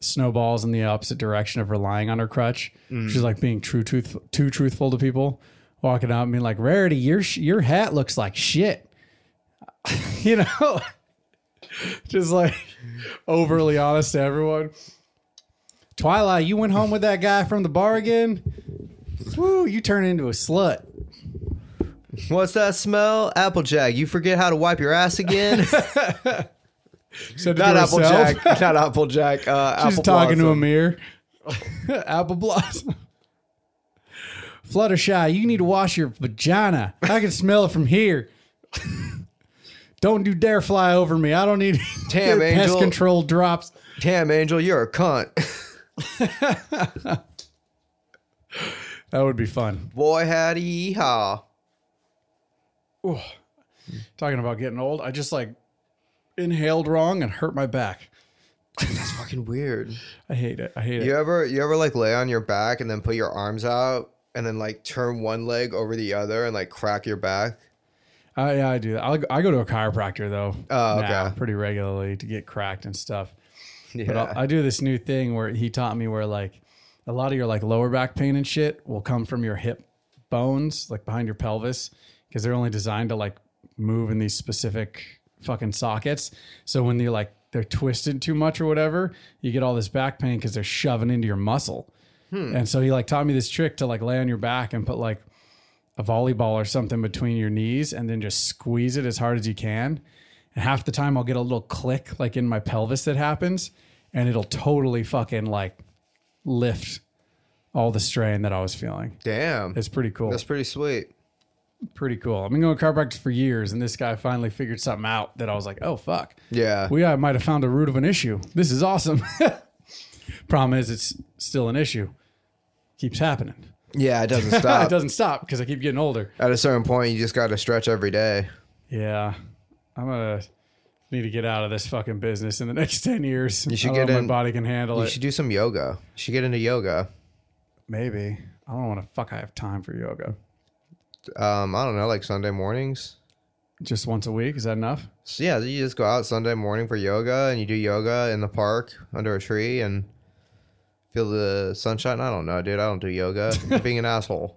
Speaker 2: snowballs in the opposite direction of relying on her crutch. She's like being true truth too truthful to people, walking out and being like, "Rarity, your sh- your hat looks like shit," you know, just like overly honest to everyone. Twilight, you went home with that guy from the bar again. Woo, you turn into a slut.
Speaker 3: What's that smell? Applejack. You forget how to wipe your ass again?
Speaker 2: Said it
Speaker 3: not
Speaker 2: to herself.
Speaker 3: Applejack. Not Applejack. Uh,
Speaker 2: She's
Speaker 3: Apple
Speaker 2: talking to a
Speaker 3: Blossom.
Speaker 2: mirror. Apple blossom. Fluttershy, you need to wash your vagina. I can smell it from here. don't you dare fly over me. I don't need
Speaker 3: Damn,
Speaker 2: your pest
Speaker 3: Angel.
Speaker 2: control drops.
Speaker 3: Damn, Angel, you're a cunt.
Speaker 2: That would be fun.
Speaker 3: Boy, howdy, yeehaw.
Speaker 2: Talking about getting old, I just like inhaled wrong and hurt my back.
Speaker 3: That's fucking weird.
Speaker 2: I hate it. I hate
Speaker 3: You
Speaker 2: it.
Speaker 3: ever you ever like lay on your back and then put your arms out and then like turn one leg over the other and like crack your back?
Speaker 2: I, yeah, I do that. I'll, I go to a chiropractor though.
Speaker 3: Oh,
Speaker 2: now,
Speaker 3: okay.
Speaker 2: pretty regularly to get cracked and stuff. But
Speaker 3: Yeah.
Speaker 2: I, I do this new thing where he taught me where like a lot of your like lower back pain and shit will come from your hip bones, like behind your pelvis, because they're only designed to like move in these specific fucking sockets. So when they're like they're twisted too much or whatever, you get all this back pain because they're shoving into your muscle. And so he like taught me this trick to like lay on your back and put like a volleyball or something between your knees and then just squeeze it as hard as you can. And half the time I'll get a little click like in my pelvis that happens and it'll totally fucking like lift all the strain that I was feeling.
Speaker 3: Damn.
Speaker 2: It's pretty cool.
Speaker 3: That's pretty sweet.
Speaker 2: pretty cool. I've been going to chiropractor for years and this guy finally figured something out that I was like, oh fuck.
Speaker 3: Yeah.
Speaker 2: We I might have found a root of an issue. This is awesome. Problem is it's still an issue. Keeps happening.
Speaker 3: yeah, it doesn't stop.
Speaker 2: It doesn't stop because I keep getting older.
Speaker 3: At a certain point, you just got to stretch every day.
Speaker 2: Yeah, I'm gonna need to get out of this fucking business in the next ten years. You
Speaker 3: should
Speaker 2: I don't
Speaker 3: get
Speaker 2: know if
Speaker 3: in-
Speaker 2: My body can handle
Speaker 3: You
Speaker 2: it.
Speaker 3: should do some yoga. You should get into yoga.
Speaker 2: Maybe I don't want to. Fuck, I have time for yoga.
Speaker 3: Um, I don't know, like Sunday mornings.
Speaker 2: Just once a week is that enough?
Speaker 3: So yeah, you just go out Sunday morning for yoga and you do yoga in the park under a tree and feel the sunshine. I don't know, dude. I don't do yoga. You're being an asshole.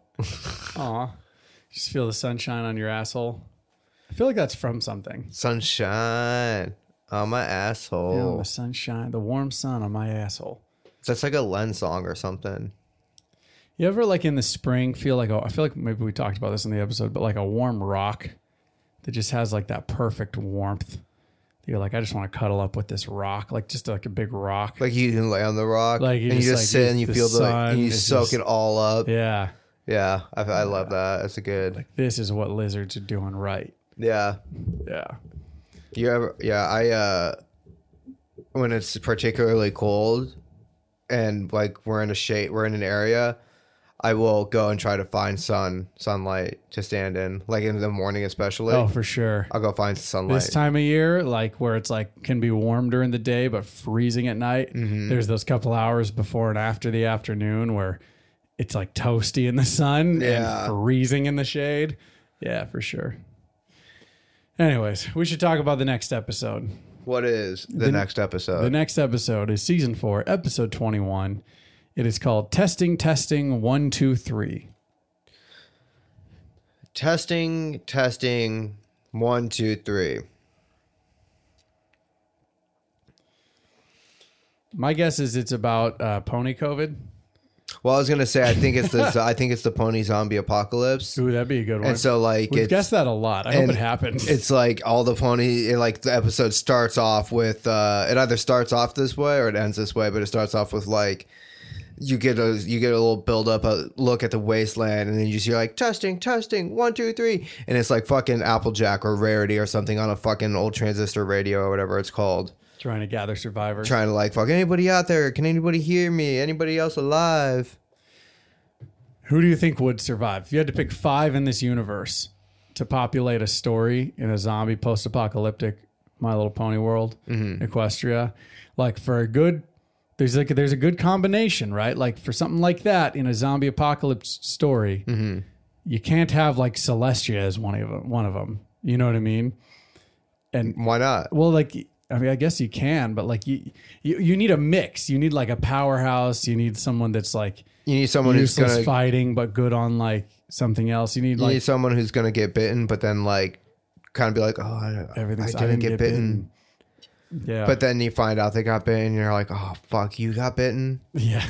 Speaker 2: Aw, just feel the sunshine on your asshole. I feel like that's from something.
Speaker 3: Sunshine on my
Speaker 2: Feel
Speaker 3: asshole.
Speaker 2: the sunshine, the warm sun on my asshole.
Speaker 3: That's like a Len song or something.
Speaker 2: You ever like in the spring feel like a, I feel like maybe we talked about this in the episode, but like a warm rock that just has like that perfect warmth. You're like, I just want to cuddle up with this rock, like just like a big rock.
Speaker 3: Like you can lay on the rock
Speaker 2: Like, you
Speaker 3: and you
Speaker 2: just,
Speaker 3: just
Speaker 2: like,
Speaker 3: sit
Speaker 2: you-
Speaker 3: and you
Speaker 2: the
Speaker 3: feel the
Speaker 2: sun
Speaker 3: and you
Speaker 2: is
Speaker 3: soak
Speaker 2: just-
Speaker 3: it all up. Yeah,
Speaker 2: yeah.
Speaker 3: I, I love that. That's a good.
Speaker 2: this is what lizards are doing right.
Speaker 3: yeah,
Speaker 2: Yeah.
Speaker 3: You ever? Yeah, I. uh When it's particularly cold, and like we're in a shade, we're in an area, I will go and try to find sun sunlight to stand in. Like in the morning, especially,
Speaker 2: Oh, for sure.
Speaker 3: I'll go find sunlight.
Speaker 2: This time of year, like where it's like can be warm during the day but freezing at night.
Speaker 3: Mm-hmm.
Speaker 2: There's those couple hours before and after the afternoon where it's like toasty in the sun
Speaker 3: Yeah.
Speaker 2: and freezing in the shade. Yeah, for sure. Anyways, we should talk about the next episode.
Speaker 3: What is the, next episode?
Speaker 2: The next episode is season four, episode 21. It is called Testing, Testing One, Two, Three.
Speaker 3: Testing, testing. One, two, three.
Speaker 2: My guess is it's about uh, pony COVID.
Speaker 3: Well, I was gonna say I think it's the I think it's the pony zombie apocalypse.
Speaker 2: Ooh, that'd be a good one.
Speaker 3: And so like
Speaker 2: we
Speaker 3: it's
Speaker 2: guessed that a lot. I hope
Speaker 3: and
Speaker 2: it happens.
Speaker 3: It's like all the pony it, like the episode starts off with uh it either starts off this way or it ends this way, but it starts off with like you get a you get a little build up a look at the wasteland and then you just hear like testing, testing, one, two, three and it's like fucking Applejack or Rarity or something on a fucking old transistor radio or whatever it's called.
Speaker 2: trying to gather survivors.
Speaker 3: Trying to like fuck anybody out there, can anybody hear me? Anybody else alive?
Speaker 2: Who do you think would survive? If you had to pick five in this universe to populate a story in a zombie post apocalyptic My Little Pony world, Equestria, like for a good, there's like there's a good combination, right? Like for something like that in a zombie apocalypse story, you can't have like Celestia as one of one of them. You know what I mean?
Speaker 3: Why not?
Speaker 2: Well, like I mean, I guess you can, but like you, you, you need a mix. You need like a powerhouse. You need someone that's like
Speaker 3: You need someone who's
Speaker 2: useless
Speaker 3: gonna
Speaker 2: fighting, but good on like something else. You need
Speaker 3: you
Speaker 2: like
Speaker 3: need someone who's gonna get bitten, but then like kind of be like, oh, I,
Speaker 2: everything.
Speaker 3: I didn't, get, bitten.
Speaker 2: Yeah,
Speaker 3: But then you find out they got bitten, and you're like, oh fuck, you got bitten.
Speaker 2: yeah,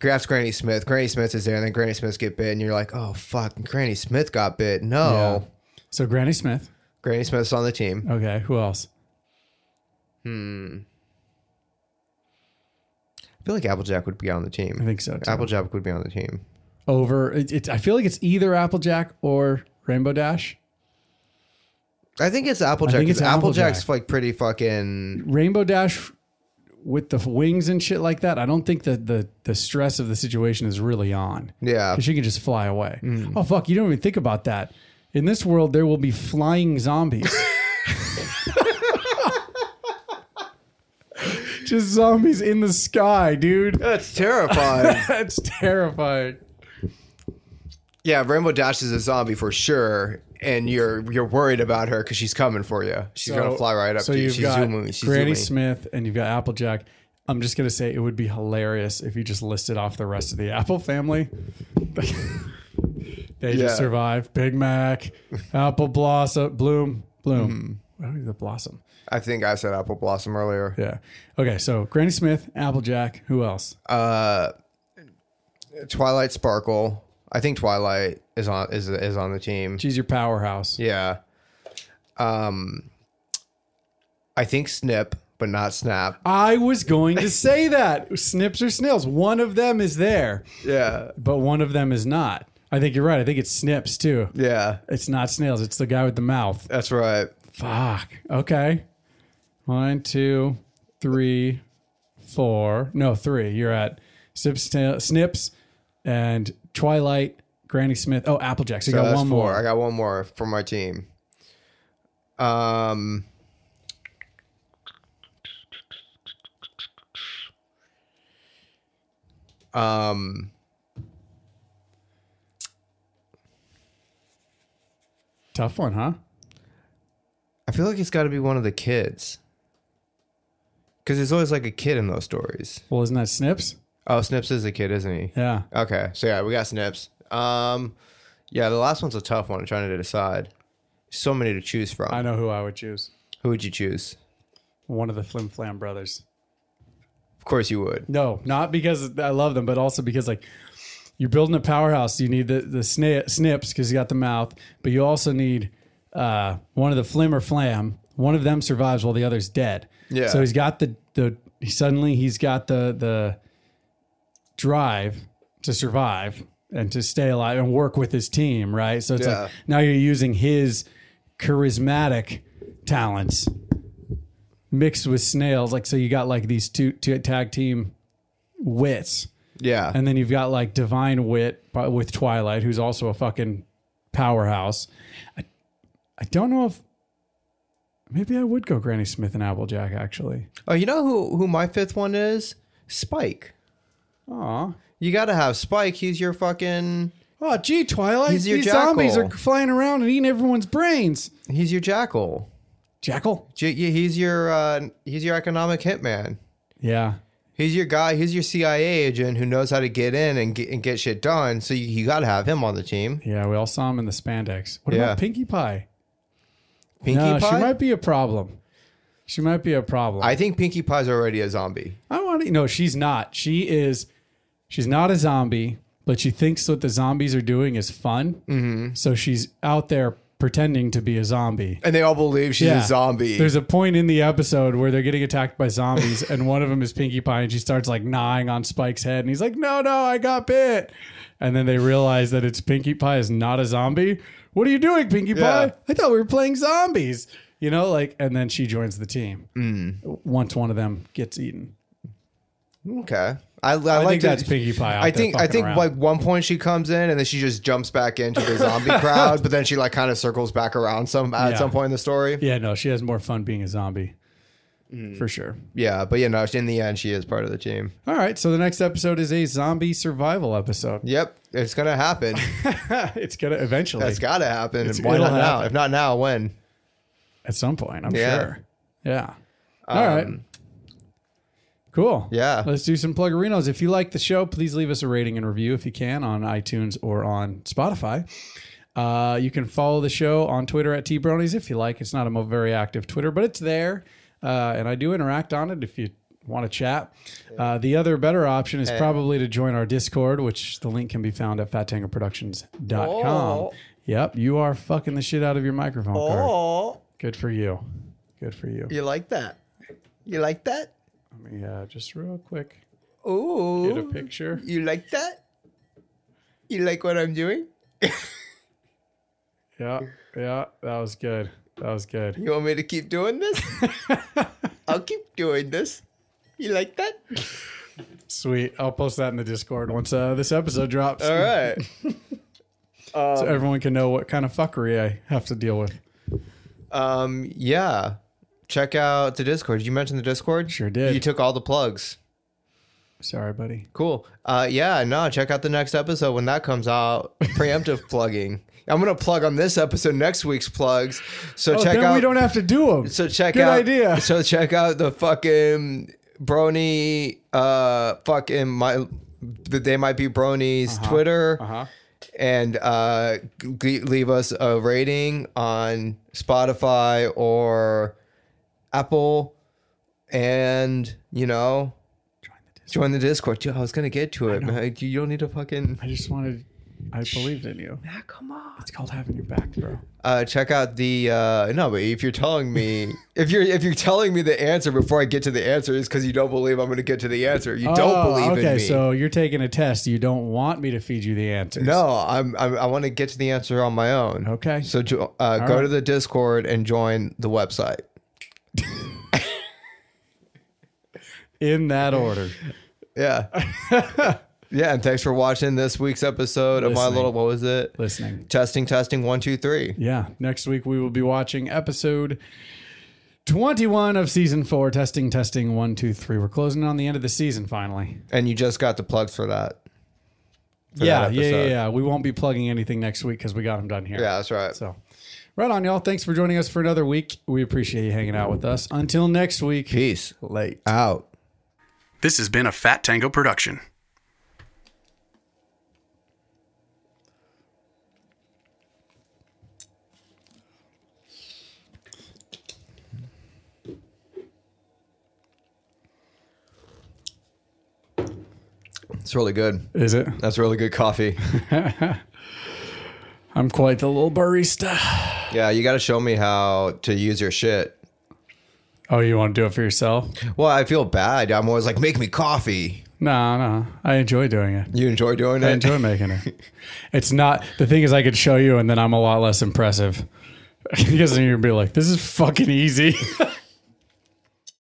Speaker 3: That's Granny Smith. Granny Smith is there, and then Granny Smith get bitten. You're like, oh fuck, Granny Smith got bit. No,
Speaker 2: yeah. So Granny Smith.
Speaker 3: Granny Smith's on the team.
Speaker 2: Okay, who else?
Speaker 3: I feel like Applejack would be on the team.
Speaker 2: I think so. Too.
Speaker 3: Applejack would be on the team.
Speaker 2: Over. It, it, I feel like it's either Applejack or Rainbow Dash.
Speaker 3: I think it's Applejack.
Speaker 2: think it's
Speaker 3: 'cause Applejack's
Speaker 2: Applejack.
Speaker 3: like pretty fucking.
Speaker 2: Rainbow Dash with the wings and shit like that. I don't think that the the stress of the situation is really on.
Speaker 3: Yeah.
Speaker 2: because she can just fly away. Oh fuck, you don't even think about that. In this world, there will be flying zombies. just zombies in the sky, dude.
Speaker 3: That's terrifying.
Speaker 2: That's terrifying.
Speaker 3: Yeah, Rainbow Dash is a zombie for sure, and you're you're worried about her because she's coming for you. She's gonna fly right up
Speaker 2: so
Speaker 3: to you.
Speaker 2: you've
Speaker 3: She's
Speaker 2: got
Speaker 3: zooming. She's
Speaker 2: Granny
Speaker 3: zooming.
Speaker 2: Smith and you've got Applejack. I'm just gonna say it would be hilarious if you just listed off the rest of the Apple family. they
Speaker 3: Yeah.
Speaker 2: just survive. Big Mac, Apple Blossom, Bloom,
Speaker 3: Mm-hmm.
Speaker 2: Bloom. Why do we- the Blossom?
Speaker 3: I think I said Apple Blossom earlier.
Speaker 2: Yeah. Okay. So Granny Smith, Applejack. Who else?
Speaker 3: Twilight Sparkle. I think Twilight is on is is on the team.
Speaker 2: She's your powerhouse.
Speaker 3: Yeah. Um, I think Snip, but not Snap.
Speaker 2: I was going to say that Snips or Snails. One of them is there,
Speaker 3: Yeah,
Speaker 2: but one of them is not. I think you're right. I think it's Snips too.
Speaker 3: yeah,
Speaker 2: It's not Snails. It's the guy with the mouth.
Speaker 3: that's right.
Speaker 2: Fuck. Okay. One, two, three, four. No, three. You're at Snips, Snail- Snips, and Twilight. Granny Smith. Oh, Applejack. So you
Speaker 3: So
Speaker 2: got
Speaker 3: that's
Speaker 2: one
Speaker 3: Uh, four.
Speaker 2: more.
Speaker 3: I got one more for my team. Um, um,
Speaker 2: Tough one, huh?
Speaker 3: I feel like it's got to be one of the kids. Because there's always like a kid in those stories.
Speaker 2: Well, isn't that Snips?
Speaker 3: Oh, Snips is a kid, isn't he?
Speaker 2: Yeah.
Speaker 3: Okay, so yeah, we got Snips. Um, yeah, the last one's a tough one. I'm trying to decide. So many to choose from.
Speaker 2: I know who I would choose.
Speaker 3: Who would you choose?
Speaker 2: One of the Flim Flam brothers.
Speaker 3: Of course you would.
Speaker 2: No, not because I love them, but also because like you're building a powerhouse. You need the the sni- snips because you got the mouth, but you also need uh, one of the Flim or Flam. One of them survives while the other's dead.
Speaker 3: Yeah.
Speaker 2: So he's got the the suddenly he's got the the drive to survive and to stay alive and work with his team, right? So it's
Speaker 3: Yeah.
Speaker 2: like now you're using his charismatic talents mixed with snails. Like so, you got like these two, two tag team wits,
Speaker 3: Yeah.
Speaker 2: and then you've got like divine wit but with Twilight, who's also a fucking powerhouse. I, I don't know if maybe I would go Granny Smith and Applejack actually.
Speaker 3: oh, you know who who my fifth one is? Spike.
Speaker 2: Aw.
Speaker 3: You got to have Spike. He's your fucking.
Speaker 2: Oh, gee, Twilight,
Speaker 3: He's your
Speaker 2: these zombies are
Speaker 3: jackal.
Speaker 2: flying around and eating everyone's brains.
Speaker 3: He's your jackal.
Speaker 2: Jackal?
Speaker 3: J- yeah, He's your uh, he's your economic hitman.
Speaker 2: Yeah.
Speaker 3: He's your guy. He's your CIA agent who knows how to get in and get, and get shit done. So you, you got to have him on the team.
Speaker 2: Yeah, we all saw him in the spandex. What
Speaker 3: Yeah.
Speaker 2: about Pinkie Pie?
Speaker 3: Pinkie
Speaker 2: no,
Speaker 3: Pie.
Speaker 2: she might be a problem. She might be a problem.
Speaker 3: I think Pinkie Pie's already a zombie.
Speaker 2: I want to. No, she's not. She is. She's not a zombie, but she thinks what the zombies are doing is fun. Mm-hmm. So she's out there pretending to be a zombie.
Speaker 3: And they all believe she's a zombie.
Speaker 2: There's a point in the episode where they're getting attacked by zombies, and one of them is Pinkie Pie, and she starts like gnawing on Spike's head, and he's like, "No, no, I got bit." And then they realize that it's Pinkie Pie is not a zombie. What are you doing, Pinkie
Speaker 3: Yeah.
Speaker 2: Pie? I thought we were playing zombies. You know, like, and then she joins the team
Speaker 3: Mm.
Speaker 2: once one of them gets eaten.
Speaker 3: okay. I, I,
Speaker 2: I,
Speaker 3: like
Speaker 2: think
Speaker 3: that-
Speaker 2: that's Pinkie Pie. Out
Speaker 3: I
Speaker 2: there
Speaker 3: think I
Speaker 2: fucking
Speaker 3: think
Speaker 2: around.
Speaker 3: like one point she comes in and then she just jumps back into the zombie crowd, but then she like kind of circles back around some at
Speaker 2: Yeah.
Speaker 3: some point in the story. Yeah,
Speaker 2: yeah, no, she has more fun being a zombie
Speaker 3: Mm.
Speaker 2: for sure.
Speaker 3: but you know, in the end, she is part of the team.
Speaker 2: All right, so the next episode is a zombie survival episode.
Speaker 3: Yep, it's gonna happen.
Speaker 2: it's gonna eventually.
Speaker 3: It's gotta happen.
Speaker 2: It's-
Speaker 3: and why
Speaker 2: it'll
Speaker 3: not now?
Speaker 2: happen.
Speaker 3: If not now, when?
Speaker 2: at some point. I'm
Speaker 3: Yeah. Um,
Speaker 2: sure. Yeah. All right. Cool.
Speaker 3: Yeah.
Speaker 2: Let's do some pluggerinos. If you like the show, please leave us a rating and review if you can on iTunes or on Spotify. Uh, you can follow the show on Twitter at tbronies if you like. It's not a mo- very active Twitter, but it's there, uh, and I do interact on it if you want to chat. Uh, the other better option is probably to join our Discord, which the link can be found at fattangerproductions.com.
Speaker 3: Oh.
Speaker 2: Yep, you are fucking the shit out of your microphone card.
Speaker 3: Oh,
Speaker 2: Good for you. Good for you.
Speaker 3: you like that? You like that?
Speaker 2: Let me uh, just real quick get a
Speaker 3: Ooh,
Speaker 2: picture.
Speaker 3: you like that? You like what I'm doing?
Speaker 2: Yeah, yeah, that was good. That was good.
Speaker 3: You want me to keep doing this? I'll keep doing this. You like that?
Speaker 2: Sweet. I'll post that in the Discord once uh, this episode drops,
Speaker 3: All right.
Speaker 2: so everyone can know what kind of fuckery I have to deal with.
Speaker 3: Um, yeah. Check out the Discord. You mentioned the Discord?
Speaker 2: Sure did.
Speaker 3: You took all the plugs.
Speaker 2: Sorry, buddy.
Speaker 3: Cool. Uh, yeah, no, check out the next episode when that comes out. Preemptive plugging. I'm gonna plug on this episode next week's plugs. So
Speaker 2: Oh,
Speaker 3: check
Speaker 2: then
Speaker 3: out
Speaker 2: we don't have to do them.
Speaker 3: so check
Speaker 2: good
Speaker 3: out
Speaker 2: idea.
Speaker 3: So check out the fucking Brony uh fucking my the they might be Brony's Twitter.
Speaker 2: Uh-huh.
Speaker 3: and uh, g- leave us a rating on Spotify or Apple, and you know,
Speaker 2: Join the Discord.
Speaker 3: join the Discord. Dude, I was gonna get to it, man. You don't need to fucking
Speaker 2: I just wanted. I believed in you.
Speaker 3: ah, come on.
Speaker 2: It's called having your back, bro.
Speaker 3: Uh, check out the uh, no, but if you're telling me if you're if you're telling me the answer before I get to the answer is because you don't believe I'm gonna get to the answer. You don't
Speaker 2: Oh,
Speaker 3: believe
Speaker 2: okay,
Speaker 3: in me.
Speaker 2: so you're taking a test. You don't want me to feed you the answers.
Speaker 3: No, I'm, I'm I want to get to the answer on my own.
Speaker 2: Okay.
Speaker 3: So jo- uh, go
Speaker 2: right.
Speaker 3: to the Discord and join the website.
Speaker 2: In that order.
Speaker 3: Yeah. yeah, and thanks for watching this week's episode of my
Speaker 2: Listening.
Speaker 3: little what was it?
Speaker 2: Listening.
Speaker 3: Testing, testing, one, two, three.
Speaker 2: Yeah. Next week we will be watching episode 21 of season four. Testing, testing, one, two, three. We're closing on the end of the season finally.
Speaker 3: And you just got the plugs for that. For
Speaker 2: Yeah,
Speaker 3: that
Speaker 2: yeah, yeah,
Speaker 3: episode.
Speaker 2: yeah. We won't be plugging anything next week because we got them done here.
Speaker 3: Yeah, that's right.
Speaker 2: So, right on, y'all. Thanks for joining us for another week. We appreciate you hanging out with us. Until next week.
Speaker 3: Peace.
Speaker 2: Late.
Speaker 3: Out.
Speaker 5: This has been a Fat Tango production.
Speaker 3: It's really good.
Speaker 2: Is it?
Speaker 3: That's really good coffee.
Speaker 2: I'm quite the little barista.
Speaker 3: yeah, you got to show me how to use your shit.
Speaker 2: Oh, you want to do it for yourself?
Speaker 3: Well, I feel bad. I'm always like, make me coffee.
Speaker 2: No, no. I enjoy doing it.
Speaker 3: You enjoy doing it?
Speaker 2: I enjoy making it. It's not the thing is I could show you and then I'm a lot less impressive. because then you'd be like, this is fucking easy.